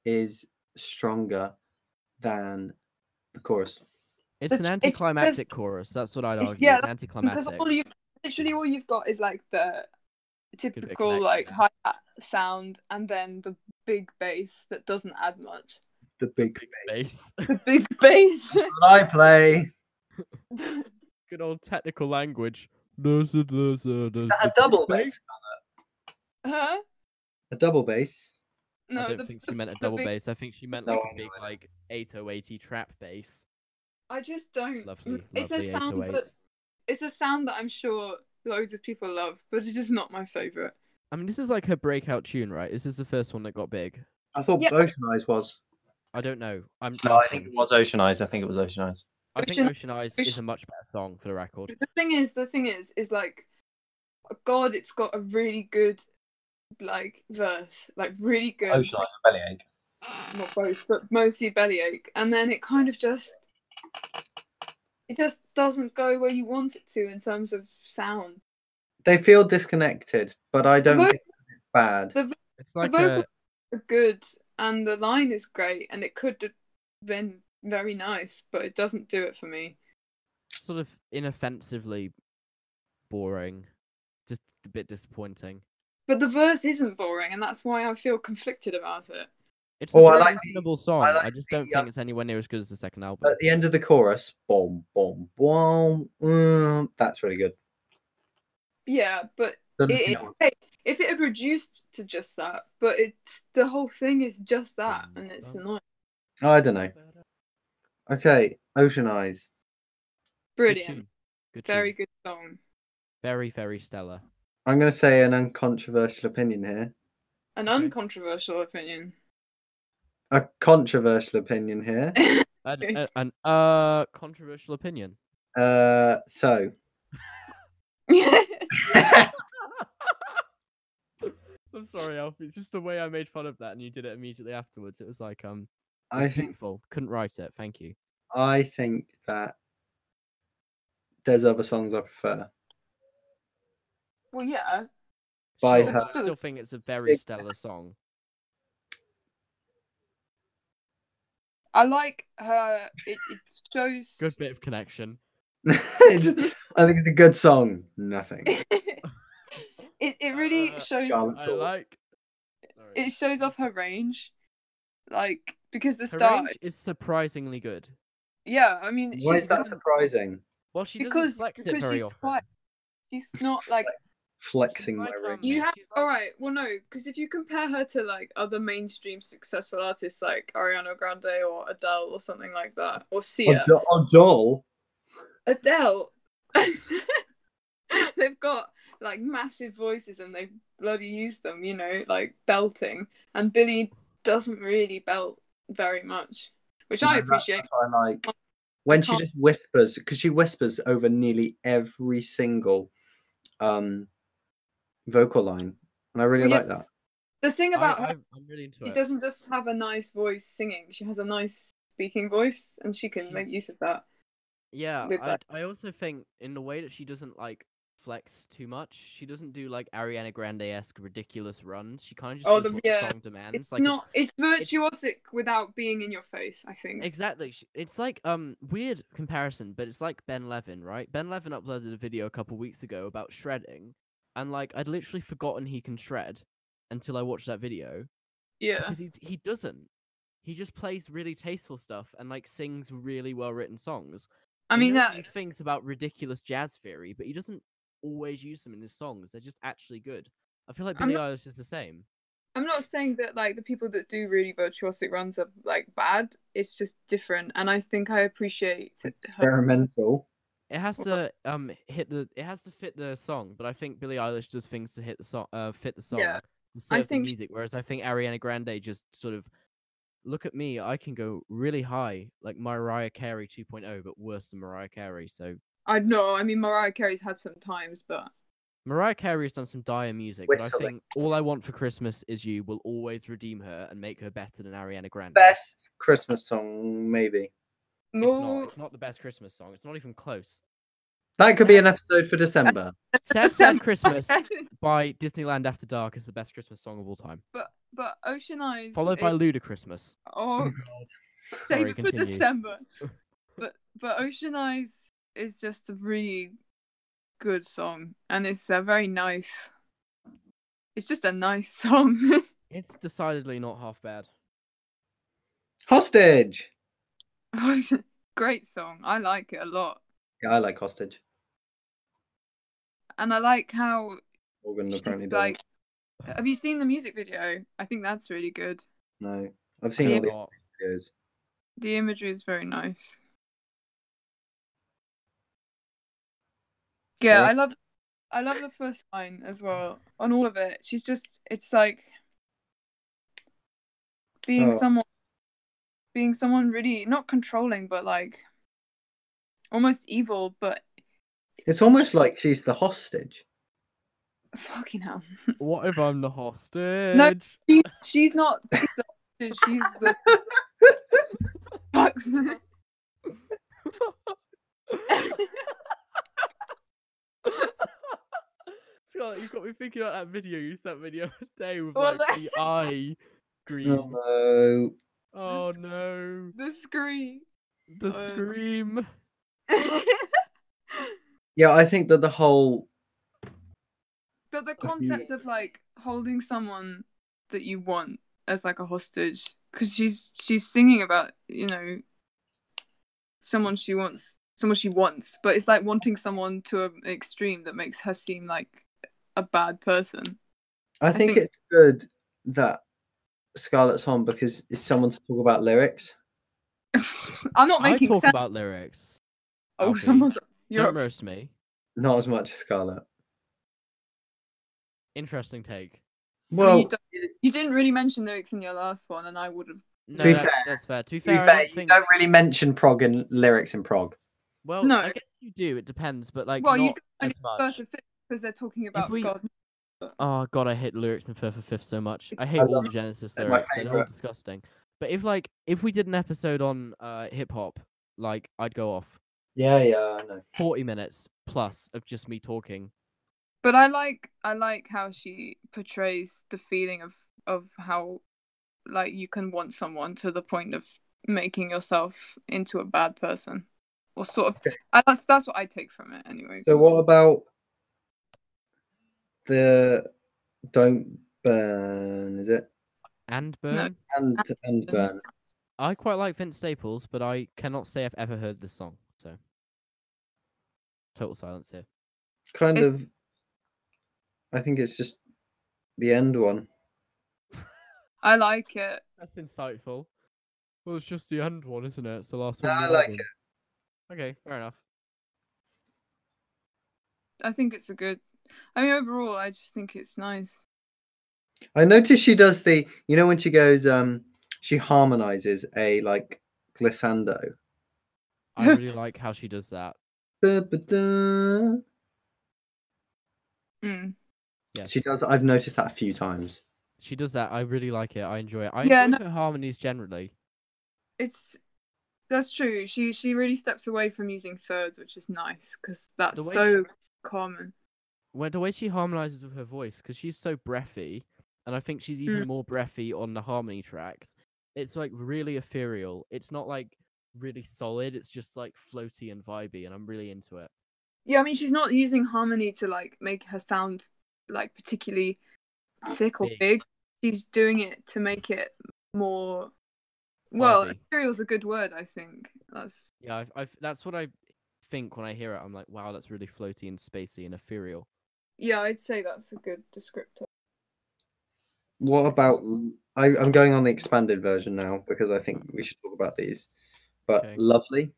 Speaker 3: is stronger than the chorus.
Speaker 1: it's
Speaker 2: It's-
Speaker 1: an
Speaker 2: it's just-
Speaker 1: anticlimactic chorus. That's what I'd
Speaker 2: it's-
Speaker 1: argue.
Speaker 2: yeah,
Speaker 1: it's
Speaker 2: Because
Speaker 1: anticlimactic.
Speaker 2: all you literally all you've got is like the typical
Speaker 1: connection
Speaker 2: like
Speaker 1: there.
Speaker 2: hi hat sound and then the big bass that doesn't add much.
Speaker 3: The big bass
Speaker 1: Bass.
Speaker 2: (laughs)
Speaker 1: (laughs)
Speaker 2: The big bass. (laughs)
Speaker 3: that I play.
Speaker 1: good old technical language. There's a, there's a, there's
Speaker 3: A
Speaker 1: a
Speaker 3: double
Speaker 1: big
Speaker 3: bass.
Speaker 2: huh?
Speaker 3: A double bass.
Speaker 2: No,
Speaker 1: I don't
Speaker 2: the,
Speaker 1: think she meant a
Speaker 2: the
Speaker 1: double
Speaker 2: big-
Speaker 1: bass. I think she meant
Speaker 3: No,
Speaker 1: like
Speaker 3: I
Speaker 1: a
Speaker 3: know,
Speaker 1: big
Speaker 3: I know.
Speaker 1: like 8080 trap bass.
Speaker 2: I just don't.
Speaker 1: Lovely,
Speaker 2: it's
Speaker 1: lovely
Speaker 2: a sound that
Speaker 1: 808s.
Speaker 2: it's a sound that I'm sure loads of people love, but it's just not my favorite.
Speaker 1: I mean, this is like her breakout tune, right? This is the first one that got big.
Speaker 3: I thought
Speaker 2: Yeah.
Speaker 3: Ocean Eyes was.
Speaker 1: I don't know. I'm.
Speaker 3: No, I think
Speaker 1: guessing.
Speaker 3: it was Ocean Eyes. I think it was Ocean Eyes.
Speaker 1: I think
Speaker 2: Ocean-
Speaker 1: Ocean Eyes is a
Speaker 2: Ocean-
Speaker 1: much better song for the record.
Speaker 2: The thing is, the thing is, is like, God, it's got a really good like verse, like really good.
Speaker 3: Ocean Eyes, and Bellyache.
Speaker 2: not both, but mostly bellyache, and then it kind of just it just doesn't go where you want it to in terms of sound.
Speaker 3: they feel disconnected, but I don't
Speaker 2: voc-
Speaker 3: think it's bad.
Speaker 2: the-
Speaker 1: It's like
Speaker 2: the vocal
Speaker 1: a,
Speaker 2: are good, and the line is great, and it could have been very nice, but it doesn't do it for me.
Speaker 1: sort of inoffensively boring, just a bit disappointing.
Speaker 2: But the verse isn't boring, and that's why I feel conflicted about it.
Speaker 1: It's
Speaker 3: Oh,
Speaker 1: a
Speaker 3: I
Speaker 1: very
Speaker 3: like the-
Speaker 1: listenable song. I,
Speaker 3: like
Speaker 1: just
Speaker 3: the,
Speaker 1: don't
Speaker 3: uh,
Speaker 1: think it's anywhere near as good as the second album.
Speaker 3: At the end of the chorus, boom, boom, boom, mm, that's really good.
Speaker 2: Yeah, but
Speaker 3: Don't know if you
Speaker 2: it,
Speaker 3: know.
Speaker 2: it- if it had reduced to just that, but it's the whole thing is just that, and it's annoying.
Speaker 3: I don't know. Okay, Ocean Eyes.
Speaker 1: Good
Speaker 2: Brilliant,
Speaker 1: tune. Good
Speaker 2: very
Speaker 1: tune.
Speaker 2: good song.
Speaker 1: Very very stellar.
Speaker 3: I'm going to say an uncontroversial opinion here.
Speaker 2: An
Speaker 1: Okay. (laughs)
Speaker 2: uncontroversial opinion.
Speaker 3: A controversial opinion here.
Speaker 1: An, (laughs) a- an uh controversial opinion.
Speaker 3: Uh, so,
Speaker 1: I'm sorry, Alfie. Just the way I made fun of that, and you did it immediately afterwards. It was like, um,
Speaker 3: I
Speaker 1: it's
Speaker 3: think
Speaker 1: beautiful. couldn't write it. Thank you.
Speaker 3: I think that there's other songs I prefer.
Speaker 2: well, yeah.
Speaker 3: By
Speaker 1: Still-
Speaker 3: her.
Speaker 1: I still think it's a very
Speaker 3: Sick.
Speaker 1: stellar song.
Speaker 2: I like her. It, it shows. (laughs)
Speaker 1: Good bit of connection.
Speaker 3: (laughs) It's- I think it's a good song.
Speaker 2: (laughs)
Speaker 3: Nothing.
Speaker 2: it,
Speaker 1: (laughs)
Speaker 2: it really
Speaker 1: Uh,
Speaker 2: shows
Speaker 3: Charlotte.
Speaker 1: I
Speaker 3: Sorry.
Speaker 1: like. Sorry.
Speaker 2: it shows off her range, like because the
Speaker 1: Her
Speaker 2: start.
Speaker 1: range is surprisingly good.
Speaker 2: Yeah, I mean,
Speaker 3: Why
Speaker 2: she's
Speaker 3: is that
Speaker 2: not-
Speaker 3: surprising?
Speaker 1: Well, she doesn't
Speaker 2: because
Speaker 1: flex it
Speaker 2: because
Speaker 1: very
Speaker 2: she's
Speaker 1: often.
Speaker 2: quite. She's not like
Speaker 3: Flexing my
Speaker 1: like,
Speaker 3: ring.
Speaker 1: um,
Speaker 2: you
Speaker 1: Yeah.
Speaker 2: have.
Speaker 1: She's like-
Speaker 2: All right, well, no, because if you compare her to like other mainstream successful artists like Ariana Grande or Adele or something like that, or Sia,
Speaker 3: Ad- Adele.
Speaker 2: Adele, (laughs) they've got like massive voices and they bloody use them, you know, like belting. And Billy doesn't really belt very much, which I
Speaker 3: Yeah, that-
Speaker 2: appreciate. oh.
Speaker 3: That's what I like. When she
Speaker 2: can't-
Speaker 3: just whispers, because she whispers over nearly every single um vocal line. And I really
Speaker 2: Well, yeah,
Speaker 3: like that.
Speaker 2: The thing about
Speaker 1: I,
Speaker 2: her,
Speaker 1: I'm, I'm really into
Speaker 2: she
Speaker 1: it.
Speaker 2: doesn't just have a nice voice singing; she has a nice speaking voice, and she can
Speaker 1: She-
Speaker 2: make use of that.
Speaker 1: Yeah,
Speaker 2: with
Speaker 1: I,
Speaker 2: that.
Speaker 1: I also think in the way that she doesn't like flex too much, she doesn't do like Ariana Grande esque ridiculous runs. She kind of just
Speaker 2: Oh,
Speaker 1: does
Speaker 2: the-
Speaker 1: what
Speaker 2: yeah,
Speaker 1: the song demands.
Speaker 2: It's
Speaker 1: like it's-
Speaker 2: not. It's, virtuosic without being in your face. I think.
Speaker 1: Exactly. sh- It's like um weird comparison, but it's like Ben Levin, right? Ben Levin uploaded a video a couple weeks ago about shredding, and like I'd literally forgotten he can shred until I watched that video
Speaker 2: yeah.
Speaker 1: because he d- he doesn't. He just plays really tasteful stuff and like sings really well written songs.
Speaker 2: I
Speaker 1: He
Speaker 2: mean uh
Speaker 1: knows
Speaker 2: that.
Speaker 1: these things about ridiculous jazz theory, but he doesn't always use them in his songs. They're just actually good. I feel like
Speaker 2: I'm
Speaker 1: Billie Eilish is the same.
Speaker 2: I'm not saying that like the people that do really virtuosic runs are like bad. It's just different, and I think I appreciate her.
Speaker 3: Experimental.
Speaker 1: It has
Speaker 2: Well-
Speaker 1: to um hit the it has to fit the song, but I think Billie Eilish does things to hit the song uh fit the song.
Speaker 2: Yeah,
Speaker 1: to
Speaker 2: I
Speaker 1: serve the
Speaker 2: think sh-
Speaker 1: music, whereas I think Ariana Grande just sort of look at me, I can go really high, like Mariah Carey 2.0, but worse than Mariah Carey. So
Speaker 2: I know. I mean, Mariah Carey's had some times, but
Speaker 1: Mariah Carey's done some dire music, but I
Speaker 3: Whistling.
Speaker 1: think all I want for Christmas is you will always redeem her and make her better than Ariana Grande.
Speaker 3: Best Christmas song, maybe.
Speaker 1: It's
Speaker 2: more.
Speaker 1: not. It's not the best Christmas song. It's not even
Speaker 2: (laughs)
Speaker 1: close.
Speaker 3: That could be an
Speaker 1: That's-
Speaker 3: episode for December.
Speaker 1: Sad Sad
Speaker 2: (laughs)
Speaker 1: Christmas by Disneyland After Dark is the best Christmas song of all time,
Speaker 2: but but Ocean Eyes.
Speaker 1: followed
Speaker 2: is-
Speaker 1: by Ludacrismus.
Speaker 2: (laughs) oh, save
Speaker 1: Sorry,
Speaker 2: it for
Speaker 1: continue.
Speaker 2: December. but but Ocean Eyes is just a really good song, and it's a very nice. It's just a nice (laughs) song.
Speaker 1: It's decidedly not half bad.
Speaker 3: Hostage.
Speaker 2: Great song. I like it a lot.
Speaker 3: Yeah, I like Hostage.
Speaker 2: and I like how
Speaker 3: Morgan
Speaker 2: she's
Speaker 3: apparently does.
Speaker 2: like. Have you seen the music video? I think that's really good.
Speaker 3: No, I've seen all
Speaker 1: It's
Speaker 3: the
Speaker 1: not.
Speaker 3: videos.
Speaker 2: The imagery is very nice. Yeah,
Speaker 3: Yeah.
Speaker 2: I love, I love the first line as well on all of it. She's just, it's like being
Speaker 3: Oh.
Speaker 2: someone, being someone really not controlling, but like almost evil, but (laughs)
Speaker 3: It's almost like she's the hostage.
Speaker 2: fucking hell.
Speaker 1: What if I'm the hostage?
Speaker 2: (laughs) She, she's not. She's the. (laughs) Fuck's
Speaker 1: Scott, you've got me thinking about that video you sent me the other day with
Speaker 2: Well,
Speaker 1: like, the eye green.
Speaker 3: No, no.
Speaker 1: Oh
Speaker 2: this-
Speaker 1: no,
Speaker 2: the screen. (laughs)
Speaker 1: the
Speaker 2: uh,
Speaker 1: scream.
Speaker 2: but
Speaker 3: Yeah, I think that the whole
Speaker 2: the concept of like holding someone that you want as like a hostage, because she's she's singing about you know someone she wants, someone she wants, but it's like wanting someone to an extreme that makes her seem like a bad person. (laughs)
Speaker 3: I think,
Speaker 2: think-
Speaker 3: it's good that Scarlett's on because it's someone to talk about lyrics.
Speaker 2: I'm not
Speaker 1: I
Speaker 2: making
Speaker 1: talk
Speaker 2: sense.
Speaker 1: about lyrics.
Speaker 2: oh,
Speaker 1: Alfie.
Speaker 2: someone's
Speaker 1: Don't
Speaker 2: (laughs) you're
Speaker 1: roast me.
Speaker 3: Not as much as Scarlett.
Speaker 1: Interesting take.
Speaker 2: I mean,
Speaker 3: Well,
Speaker 2: you, don't, you didn't really mention lyrics in your last one, and I would have.
Speaker 1: No,
Speaker 3: be
Speaker 1: that's,
Speaker 3: fair-
Speaker 1: that's fair. To be
Speaker 3: to be
Speaker 1: fair, I
Speaker 3: fair,
Speaker 1: don't
Speaker 3: you
Speaker 1: think.
Speaker 3: don't really mention prog in lyrics in prog.
Speaker 1: Well,
Speaker 2: No.
Speaker 1: I guess you do. It depends, but like
Speaker 2: well, you
Speaker 1: not
Speaker 2: don't when
Speaker 1: as
Speaker 2: it's
Speaker 1: much.
Speaker 2: Birth of Fifth because they're talking about
Speaker 1: we-
Speaker 2: God.
Speaker 1: Oh god, I hate lyrics in Fifth of Fifth so much. I
Speaker 3: It's-
Speaker 1: hate
Speaker 3: I
Speaker 1: all
Speaker 3: love
Speaker 1: the Genesis
Speaker 3: They're my
Speaker 1: lyrics. They're all
Speaker 3: favourite.
Speaker 1: disgusting. But if like if we did an episode on uh hip hop, like I'd go off
Speaker 3: Yeah, yeah, I know.
Speaker 1: forty minutes plus of just me talking.
Speaker 2: But I like I like how she portrays the feeling of of how like you can want someone to the point of making yourself into a bad person or sort of.
Speaker 3: Okay.
Speaker 2: I, that's that's what I take from it anyway.
Speaker 3: So what about the don't burn? Is it (laughs)
Speaker 1: And Burn.
Speaker 3: and and burn?
Speaker 1: I quite like Vince Staples, but I cannot say I've ever heard this song. So total silence here.
Speaker 3: Kind
Speaker 2: It-
Speaker 3: of. I think it's just the end one.
Speaker 2: I like it.
Speaker 1: That's insightful. Well, it's just the end one, isn't it? It's the last
Speaker 3: No, one on I the like album.
Speaker 1: Okay, fair
Speaker 3: (laughs)
Speaker 1: enough.
Speaker 2: I think it's a good. I mean, overall, I just think it's nice.
Speaker 3: I notice she does the. You know when she goes, um, she harmonizes a like glissando.
Speaker 1: I really like how she does that.
Speaker 3: Ba-ba-da.
Speaker 2: Mm.
Speaker 1: Yes.
Speaker 3: She does. I've noticed that a few times.
Speaker 1: She does that. I really like it. I enjoy it. I
Speaker 2: Yeah,
Speaker 1: enjoy her harmonies generally.
Speaker 2: It's that's true. She she really steps away from using thirds, which is nice because that's
Speaker 1: The way
Speaker 2: so common.
Speaker 1: When the way she harmonizes with her voice, because she's so breathy, and I think she's even more breathy on the harmony tracks. It's like really ethereal. It's not like really solid. It's just like floaty and vibey, and I'm really into it.
Speaker 2: Yeah, I mean, she's not using harmony to like make her sound like particularly thick or
Speaker 1: Big.
Speaker 2: big. She's doing it to make it more. Well,
Speaker 1: Vibey.
Speaker 2: ethereal's a good word, I think. That's
Speaker 1: Yeah, I, I, that's what I think when I hear it. I'm like, wow, that's really floaty and spacey and ethereal.
Speaker 2: yeah, I'd say that's a good descriptor.
Speaker 3: What about? I, I'm going on the expanded version now because I think we should talk about these. But
Speaker 1: Okay.
Speaker 3: lovely.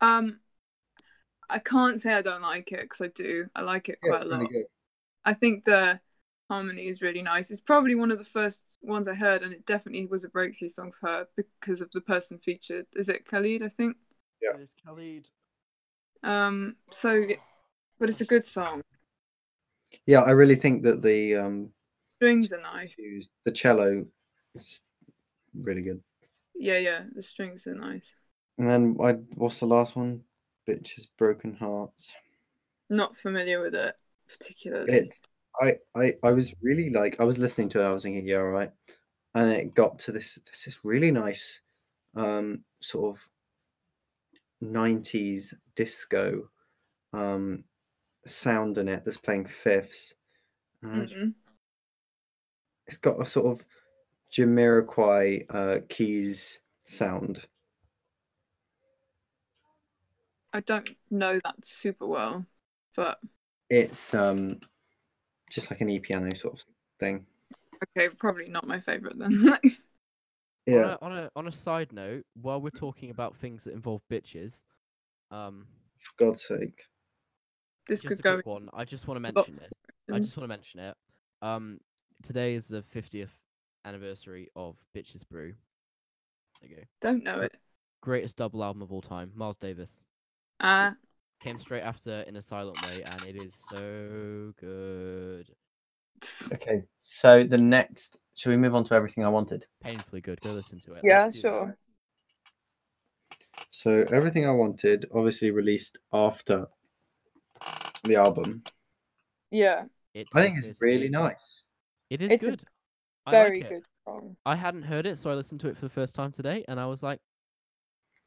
Speaker 2: Um, I can't say I don't like it because I do. I like it
Speaker 3: Yeah,
Speaker 2: quite
Speaker 3: it's
Speaker 2: a
Speaker 3: really
Speaker 2: lot.
Speaker 3: good.
Speaker 2: I think the harmony is really nice. It's probably one of the first ones I heard, and it definitely was a breakthrough song for her because of the person featured. Is it Khalid? I think.
Speaker 3: Yeah.
Speaker 1: It's Khalid.
Speaker 2: Um. So, but it's a good song.
Speaker 3: Yeah, I really think that the um
Speaker 2: Strings are nice.
Speaker 3: used the cello is really good.
Speaker 2: Yeah, yeah. The strings are nice.
Speaker 3: And then I what's the last one? Bitches broken hearts.
Speaker 2: Not familiar with it particularly.
Speaker 3: It's I I I was really like I was listening to it. I was thinking, yeah, all right. And it got to this this is really nice, um, sort of '90s disco um sound in it that's playing fifths. And it's
Speaker 2: Mhm.
Speaker 3: it's got a sort of Jamiroquai uh, keys sound.
Speaker 2: I don't know that super well, but
Speaker 3: It's um just like an e piano sort of thing.
Speaker 2: okay, probably not my favorite then. (laughs)
Speaker 3: Yeah,
Speaker 1: On a, on a on a side note, while we're talking about things that involve bitches, um,
Speaker 3: for God's sake.
Speaker 2: this
Speaker 1: just
Speaker 2: could
Speaker 1: a
Speaker 2: go.
Speaker 1: quick one. I just want to mention this.
Speaker 2: lots of
Speaker 1: I
Speaker 2: directions.
Speaker 1: just want to mention it. Um, today is the 50th anniversary of Bitches Brew. There you go.
Speaker 2: Don't know it.
Speaker 1: Greatest double album of all time, Miles Davis.
Speaker 2: Ah,
Speaker 1: Came straight after In a Silent Way, and it is so good.
Speaker 3: Okay, so the next, should we move on to everything I wanted?
Speaker 1: Painfully good. Go listen to it.
Speaker 2: yeah,
Speaker 1: Let's do that.
Speaker 2: sure.
Speaker 3: So everything I wanted, obviously released after the album.
Speaker 2: Yeah,
Speaker 1: It
Speaker 3: I think
Speaker 1: definitely is
Speaker 3: it's really
Speaker 1: good.
Speaker 3: nice.
Speaker 1: It is
Speaker 2: It's a
Speaker 1: good. I like
Speaker 2: very
Speaker 1: it.
Speaker 2: good song.
Speaker 1: I hadn't heard it, so I listened to it for the first time today, and I was like,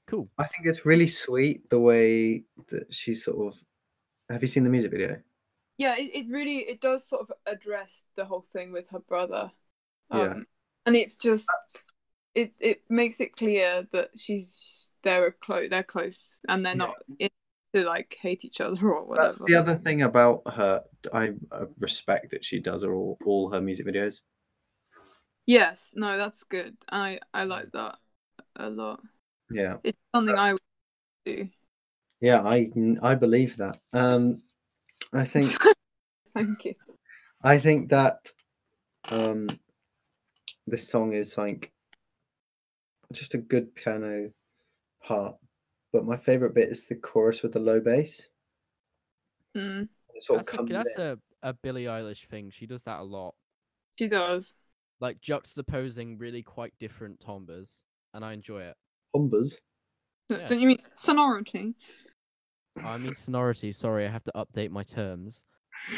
Speaker 1: cool.
Speaker 3: I think it's really sweet the way that she sort of. Have you seen the music video?
Speaker 2: Yeah, it, it really it does sort of address the whole thing with her brother. Um,
Speaker 3: Yeah.
Speaker 2: and it just it it makes it clear that she's they're close they're close and they're
Speaker 3: Yeah.
Speaker 2: not in to like hate each other or whatever.
Speaker 3: That's the other thing about her. I uh, respect that she does all, all her music videos.
Speaker 2: Yes, no, that's good. I I like that a lot.
Speaker 3: Yeah.
Speaker 2: It's something I would do.
Speaker 3: Yeah, I I believe that. Um, I think
Speaker 2: (laughs) Thank you.
Speaker 3: I think that um, this song is like just a good piano part, but my favorite bit is the chorus with the low bass.
Speaker 2: Mm,
Speaker 3: It sort
Speaker 1: that's
Speaker 3: of
Speaker 1: a,
Speaker 3: comes
Speaker 1: that's
Speaker 3: in.
Speaker 1: a, a Billie Eilish thing. She does that a lot.
Speaker 2: she does.
Speaker 1: Like juxtaposing really quite different timbres, and I enjoy it.
Speaker 3: Humbers.
Speaker 2: Don't-
Speaker 1: Yeah.
Speaker 2: Don't you mean sonority?
Speaker 1: Oh, I
Speaker 2: (laughs)
Speaker 1: mean sonority. Sorry, I have to update my terms.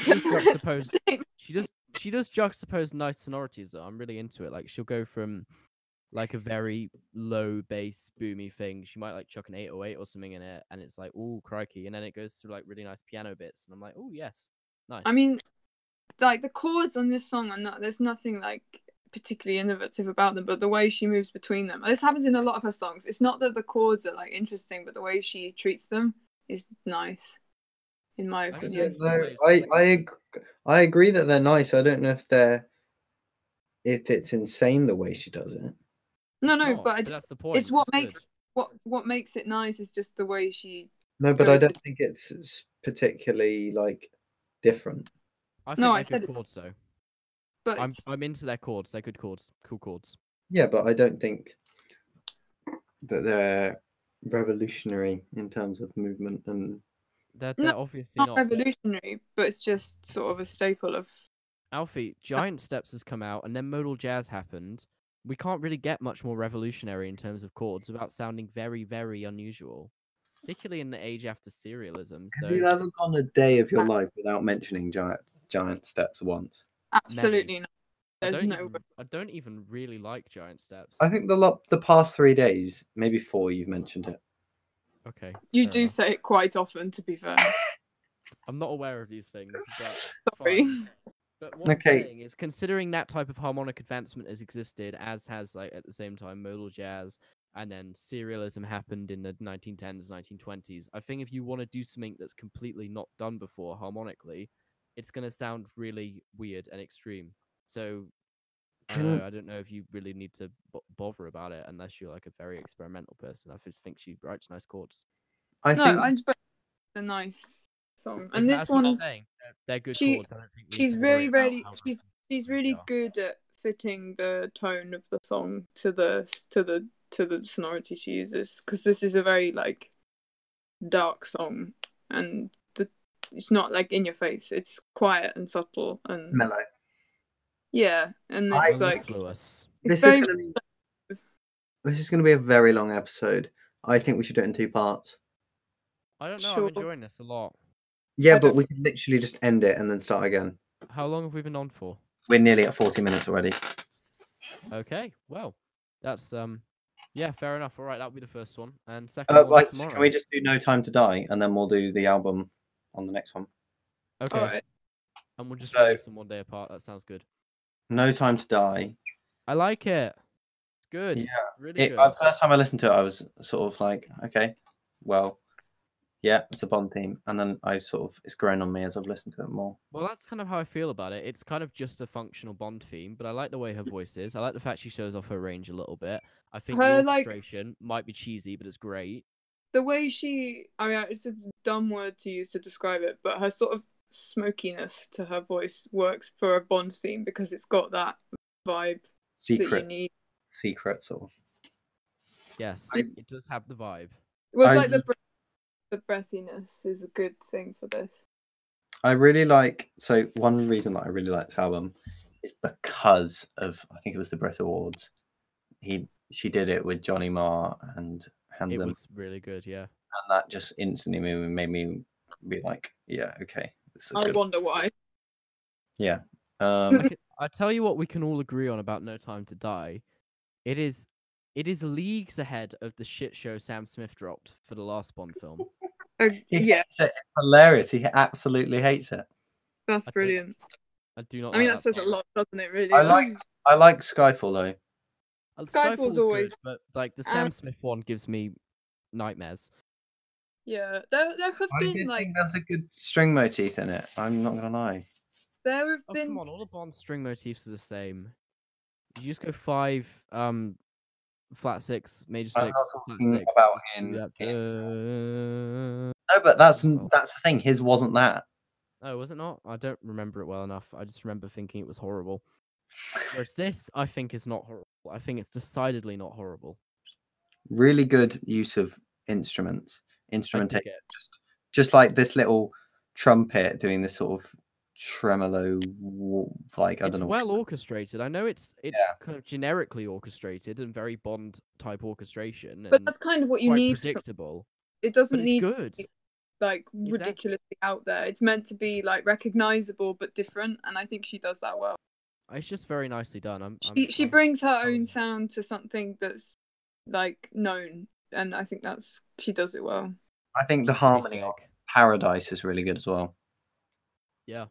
Speaker 1: She does
Speaker 2: (laughs)
Speaker 1: juxtapose. she does. She does juxtapose nice sonorities though. I'm really into it. Like she'll go from like a very low bass boomy thing. She might like chuck an 808 or something in it, and it's like, oh crikey, and then it goes through like really nice piano bits, and I'm like, oh yes, nice.
Speaker 2: I mean, like the chords on this song are not. There's nothing like particularly innovative about them, but the way she moves between them. This happens in a lot of her songs. It's not that the chords are like interesting, but the way she treats them is nice, in my
Speaker 1: guess
Speaker 2: opinion.
Speaker 1: it's-
Speaker 3: No, I, I, ag- I agree that they're nice. I don't know if they're if it's insane the way she does it.
Speaker 2: No,
Speaker 1: It's
Speaker 2: no,
Speaker 1: not,
Speaker 2: but I just,
Speaker 1: that's the point.
Speaker 2: what
Speaker 1: good.
Speaker 2: makes- what what makes it nice is just the way she.
Speaker 3: No, but
Speaker 2: There
Speaker 3: I
Speaker 2: is a-
Speaker 3: don't think it's s- particularly like different.
Speaker 1: I think
Speaker 2: No,
Speaker 1: they're
Speaker 2: I said
Speaker 1: good
Speaker 2: it's-
Speaker 1: chords though.
Speaker 2: But
Speaker 1: I'm
Speaker 2: it's-
Speaker 1: I'm into their chords. They're good chords, cool chords.
Speaker 3: Yeah, but I don't think that they're revolutionary in terms of movement and
Speaker 1: They're,
Speaker 2: No,
Speaker 1: they're obviously
Speaker 2: not
Speaker 1: not. but-
Speaker 2: revolutionary, but it's just sort of a staple of.
Speaker 1: Alfie, Giant Steps has come out, and then Modal Jazz happened. We can't really get much more revolutionary in terms of chords without sounding very, very unusual, particularly in the age after serialism. So
Speaker 3: Have you ever gone a day of your life without mentioning giant giant steps once?
Speaker 2: Absolutely not.
Speaker 1: I,
Speaker 2: There's
Speaker 1: don't
Speaker 2: no.
Speaker 1: even, I don't even really like Giant Steps.
Speaker 3: I think the lo- the past three days, maybe four, you've mentioned it.
Speaker 1: Okay,
Speaker 2: You
Speaker 1: fair
Speaker 2: do
Speaker 1: enough.
Speaker 2: say it quite often, to be fair.
Speaker 1: I'm not aware of these things. But
Speaker 2: Sorry.
Speaker 1: fine. But what
Speaker 3: Okay.
Speaker 1: I'm saying is, considering that type of harmonic advancement has existed, as has like at the same time modal jazz, and then serialism happened in the 1910s, 1920s. I think if you want to do something that's completely not done before harmonically, it's going to sound really weird and extreme. So I don't,
Speaker 3: Can-
Speaker 1: know, I don't know if you really need to bo- bother about it unless you're like a very experimental person. I just think she writes nice chords.
Speaker 3: I
Speaker 2: no,
Speaker 3: think
Speaker 2: I but a nice song, and
Speaker 1: Exa-
Speaker 2: this
Speaker 1: that's what I'm
Speaker 2: one's
Speaker 1: saying, they're- they're good
Speaker 2: she-
Speaker 1: chords. I don't think we need
Speaker 2: she's
Speaker 1: to worry
Speaker 2: very,
Speaker 1: about
Speaker 2: very-
Speaker 1: how
Speaker 2: she's-
Speaker 1: written
Speaker 2: she's
Speaker 1: they
Speaker 2: really
Speaker 1: are.
Speaker 2: good at fitting the tone of the song to the to the to the sonority she uses because this is a very like dark song and the it's not like in your face it's quiet and subtle and
Speaker 3: mellow.
Speaker 2: yeah and
Speaker 3: I-
Speaker 2: it's like
Speaker 1: Mellifluous.
Speaker 2: it's
Speaker 3: This
Speaker 2: very
Speaker 3: is gonna be, this is gonna be a very long episode. I think we should do it in two parts.
Speaker 1: I don't know.
Speaker 2: Sure.
Speaker 1: I'm enjoying this a lot.
Speaker 3: Yeah,
Speaker 2: I
Speaker 3: but
Speaker 2: don't-
Speaker 3: we can literally just end it and then start again.
Speaker 1: How long have we been on for?
Speaker 3: We're nearly at forty minutes already.
Speaker 1: Okay, well, that's um, yeah, fair enough. All right, that'll be the first one, and second
Speaker 3: Uh,
Speaker 1: one
Speaker 3: I-
Speaker 1: tomorrow.
Speaker 3: can we just do No Time to Die and then we'll do the album on the next one?
Speaker 1: Okay,
Speaker 2: alright.
Speaker 1: and we'll just
Speaker 3: So-
Speaker 1: release them one day apart. That sounds good.
Speaker 3: No Time to Die.
Speaker 1: I like it. It's good.
Speaker 3: Yeah,
Speaker 1: really
Speaker 3: It,
Speaker 1: good.
Speaker 3: uh, first time I listened to it, I was sort of like, okay, well, yeah, it's a Bond theme, and then I sort of it's grown on me as I've listened to it more.
Speaker 1: Well, that's kind of how I feel about it. It's kind of just a functional Bond theme, but I like the way her voice is. I like the fact she shows off her range a little bit. I think
Speaker 2: Her,
Speaker 1: the
Speaker 2: like-
Speaker 1: orchestration might be cheesy, but it's great.
Speaker 2: the way she i mean it's a dumb word to use to describe it but her sort of smokiness to her voice works for a bond theme because it's got that vibe that you
Speaker 3: Secret,
Speaker 2: need
Speaker 3: secret sort of.
Speaker 1: Yes,
Speaker 3: I-
Speaker 1: it does have the vibe.
Speaker 2: it was
Speaker 3: I
Speaker 2: like the
Speaker 3: just-
Speaker 2: breath, the breathiness is a good thing for this
Speaker 3: I really like. So one reason that I really like this album is because of I think it was the Brit Awards. He she did it with Johnny Marr and
Speaker 1: It
Speaker 3: Handsome,
Speaker 1: was really good. Yeah.
Speaker 3: and that just instantly made me, made me be like, yeah, okay, this is a
Speaker 2: i
Speaker 3: good.
Speaker 2: wonder why
Speaker 3: Yeah. Um,
Speaker 1: I tell you what we can all agree on about No Time to Die. It is it is leagues ahead of the shit show Sam Smith dropped for the last Bond film.
Speaker 2: Uh,
Speaker 3: He
Speaker 2: yeah
Speaker 3: hates it. It's hilarious. He absolutely hates it.
Speaker 1: I
Speaker 2: that's
Speaker 1: don't-
Speaker 2: brilliant
Speaker 1: I do not
Speaker 2: i mean
Speaker 1: like
Speaker 2: that says a
Speaker 1: song.
Speaker 2: lot doesn't it really
Speaker 3: I like I like Skyfall though.
Speaker 1: Uh,
Speaker 2: Skyfall's
Speaker 1: Skyfall's
Speaker 2: always-
Speaker 1: good, but like the Sam
Speaker 2: and-
Speaker 1: Smith one gives me nightmares.
Speaker 2: yeah there, there have
Speaker 3: I
Speaker 2: been
Speaker 3: did
Speaker 2: like
Speaker 3: think there was a good string motif in it. I'm not gonna lie.
Speaker 2: there have
Speaker 1: Oh
Speaker 2: been
Speaker 1: come on, all the Bond string motifs are the same. You just go five, um flat six, major 6
Speaker 3: I'm not
Speaker 1: flat
Speaker 3: talking
Speaker 1: six.
Speaker 3: about
Speaker 1: just
Speaker 3: in-
Speaker 1: do that, uh,
Speaker 3: No, but that's
Speaker 1: Oh.
Speaker 3: that's the thing. His wasn't that.
Speaker 1: Oh, was it not? I don't remember it well enough. I just remember thinking it was horrible.
Speaker 2: (laughs)
Speaker 1: Whereas this, I think, is not horrible. I think it's decidedly not horrible.
Speaker 3: Really good use of instruments,
Speaker 1: I dig
Speaker 3: instrumentation.
Speaker 1: it.
Speaker 3: Just just like this little trumpet doing this sort of tremolo, w- like I
Speaker 1: It's
Speaker 3: don't know. what-
Speaker 1: well orchestrated. I know it's it's kind of generically orchestrated and very Bond type orchestration,
Speaker 2: but
Speaker 1: and
Speaker 2: that's kind of what you
Speaker 1: quite
Speaker 2: need for some-
Speaker 1: predictable.
Speaker 2: it
Speaker 1: But
Speaker 2: doesn't
Speaker 1: it's
Speaker 2: need to
Speaker 1: good.
Speaker 2: be like ridiculously out there. It's meant to be like recognizable but different, and I think she does that well.
Speaker 1: It's just very nicely done. I'm, I'm-
Speaker 2: She she
Speaker 1: I'm-
Speaker 2: brings her
Speaker 1: oh, yeah.
Speaker 2: own sound to something that's like known, and I think that's she does it well.
Speaker 3: I think the
Speaker 1: pretty
Speaker 3: harmony on
Speaker 1: sick.
Speaker 3: Paradise is really good as well.
Speaker 1: Yeah.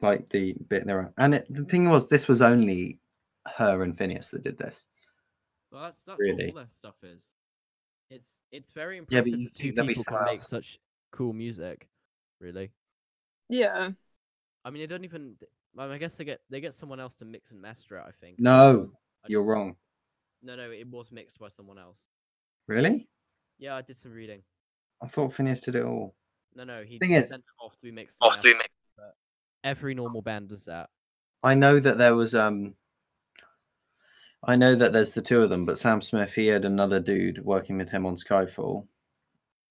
Speaker 3: Like the bit there, and it, the thing was, this was only her and Phineas that did this.
Speaker 1: Well, that's that's
Speaker 3: Really.
Speaker 1: what all their stuff is. It's it's very
Speaker 3: but
Speaker 1: impressive
Speaker 3: you
Speaker 1: that two
Speaker 3: think that'd be
Speaker 1: people can
Speaker 3: someone
Speaker 1: make
Speaker 3: else.
Speaker 1: such cool music. Really,
Speaker 2: Yeah,
Speaker 1: I mean, they don't even. th- I, mean, I guess they get they get someone else to mix and master it. I think.
Speaker 3: No,
Speaker 1: I
Speaker 3: you're
Speaker 1: just-
Speaker 3: wrong.
Speaker 1: No, no, it was mixed by someone else.
Speaker 3: Really?
Speaker 1: Yeah, I did some reading.
Speaker 3: I thought Phineas did it all.
Speaker 1: No, no, he
Speaker 3: Thing is-
Speaker 1: sent it off to be mixed.
Speaker 3: Off
Speaker 1: and
Speaker 3: to be
Speaker 1: mastered, but Every normal band does that.
Speaker 3: I know that there was um I know that there's the two of them, but Sam Smith he had another dude working with him on Skyfall.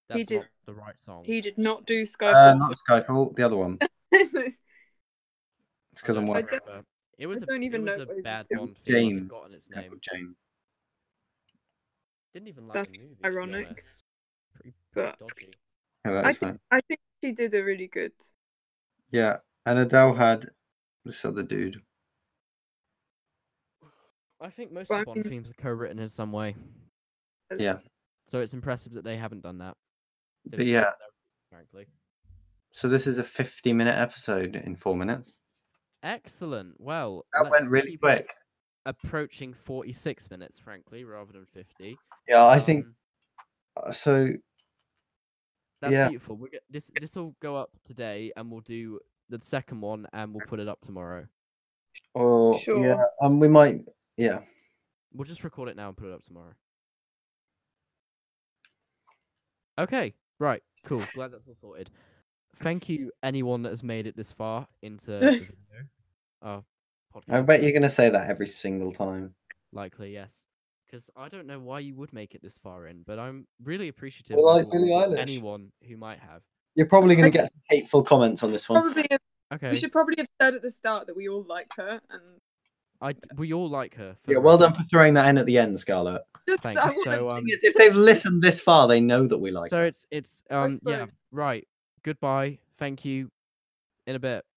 Speaker 1: That's
Speaker 2: did-
Speaker 1: not the right song.
Speaker 2: he did not do
Speaker 3: Uh,
Speaker 2: Skyfall.
Speaker 3: not Skyfall, the other one.
Speaker 2: (laughs)
Speaker 3: It's
Speaker 1: I
Speaker 3: because I'm
Speaker 1: don't
Speaker 2: I
Speaker 3: working
Speaker 2: don't-
Speaker 1: remember. It was a-
Speaker 2: don't
Speaker 1: it
Speaker 2: even
Speaker 1: was
Speaker 2: know
Speaker 1: a
Speaker 2: what his-
Speaker 1: bad
Speaker 3: it was
Speaker 1: Bond film, I've
Speaker 3: James,
Speaker 1: forgotten its
Speaker 3: with a guy
Speaker 1: name.
Speaker 3: called James.
Speaker 1: Didn't even like
Speaker 2: That's
Speaker 1: the movie.
Speaker 2: ironic,
Speaker 1: To be honest. pretty, pretty
Speaker 2: but-
Speaker 1: dodgy.
Speaker 3: Yeah,
Speaker 2: I
Speaker 3: that's
Speaker 2: think
Speaker 3: fine.
Speaker 2: I think she did a really good.
Speaker 3: Yeah, and Adele had this other dude.
Speaker 1: I think most
Speaker 2: But I
Speaker 1: of the Bond
Speaker 2: mean-
Speaker 1: themes are co-written in some way,
Speaker 3: Yeah.
Speaker 1: so it's impressive that they haven't done that. They
Speaker 3: But
Speaker 1: just stuck
Speaker 3: yeah.
Speaker 1: to their roots, Frankly,
Speaker 3: So this is a 50 minute episode in four minutes.
Speaker 1: excellent. Well,
Speaker 3: That went
Speaker 1: let's
Speaker 3: really
Speaker 1: keep
Speaker 3: quick.
Speaker 1: Approaching forty-six minutes, frankly, rather than fifty.
Speaker 3: Yeah, I think
Speaker 1: Um,
Speaker 2: Mm.
Speaker 3: uh, so.
Speaker 1: That's
Speaker 3: Yeah.
Speaker 1: beautiful. We're go- this this will go up today, and we'll do the second one, and we'll put it up tomorrow.
Speaker 3: Or
Speaker 2: Sure.
Speaker 3: yeah, um, we might. Yeah,
Speaker 1: We'll just record it now and put it up tomorrow. Okay, right, cool. Glad that's all sorted. Thank you, anyone that has made it this far into
Speaker 3: (laughs)
Speaker 1: the video. our podcast.
Speaker 3: I bet you're gonna say that every single time.
Speaker 1: Likely, yes. Because I don't know why you would make it this far in, but I'm really appreciative
Speaker 3: You
Speaker 1: of
Speaker 3: like Billie
Speaker 1: all-
Speaker 3: Eilish?
Speaker 1: anyone who might have.
Speaker 3: You're probably gonna
Speaker 2: I-
Speaker 3: get some hateful comments on this one.
Speaker 2: Probably have-
Speaker 1: Okay,
Speaker 2: we should probably have said at the start that we all like her, and
Speaker 1: I d- we all like her. for
Speaker 3: Yeah,
Speaker 1: the
Speaker 3: well
Speaker 1: record.
Speaker 3: done for throwing that in at the end, Scarlett. (laughs)
Speaker 2: just
Speaker 1: Thanks.
Speaker 2: I want
Speaker 1: So, um,
Speaker 3: Thing is, if they've listened this far, they know that we like
Speaker 1: so
Speaker 3: it.
Speaker 1: it's it's um yeah
Speaker 2: suppose.
Speaker 1: right. Goodbye. Thank you. In a bit.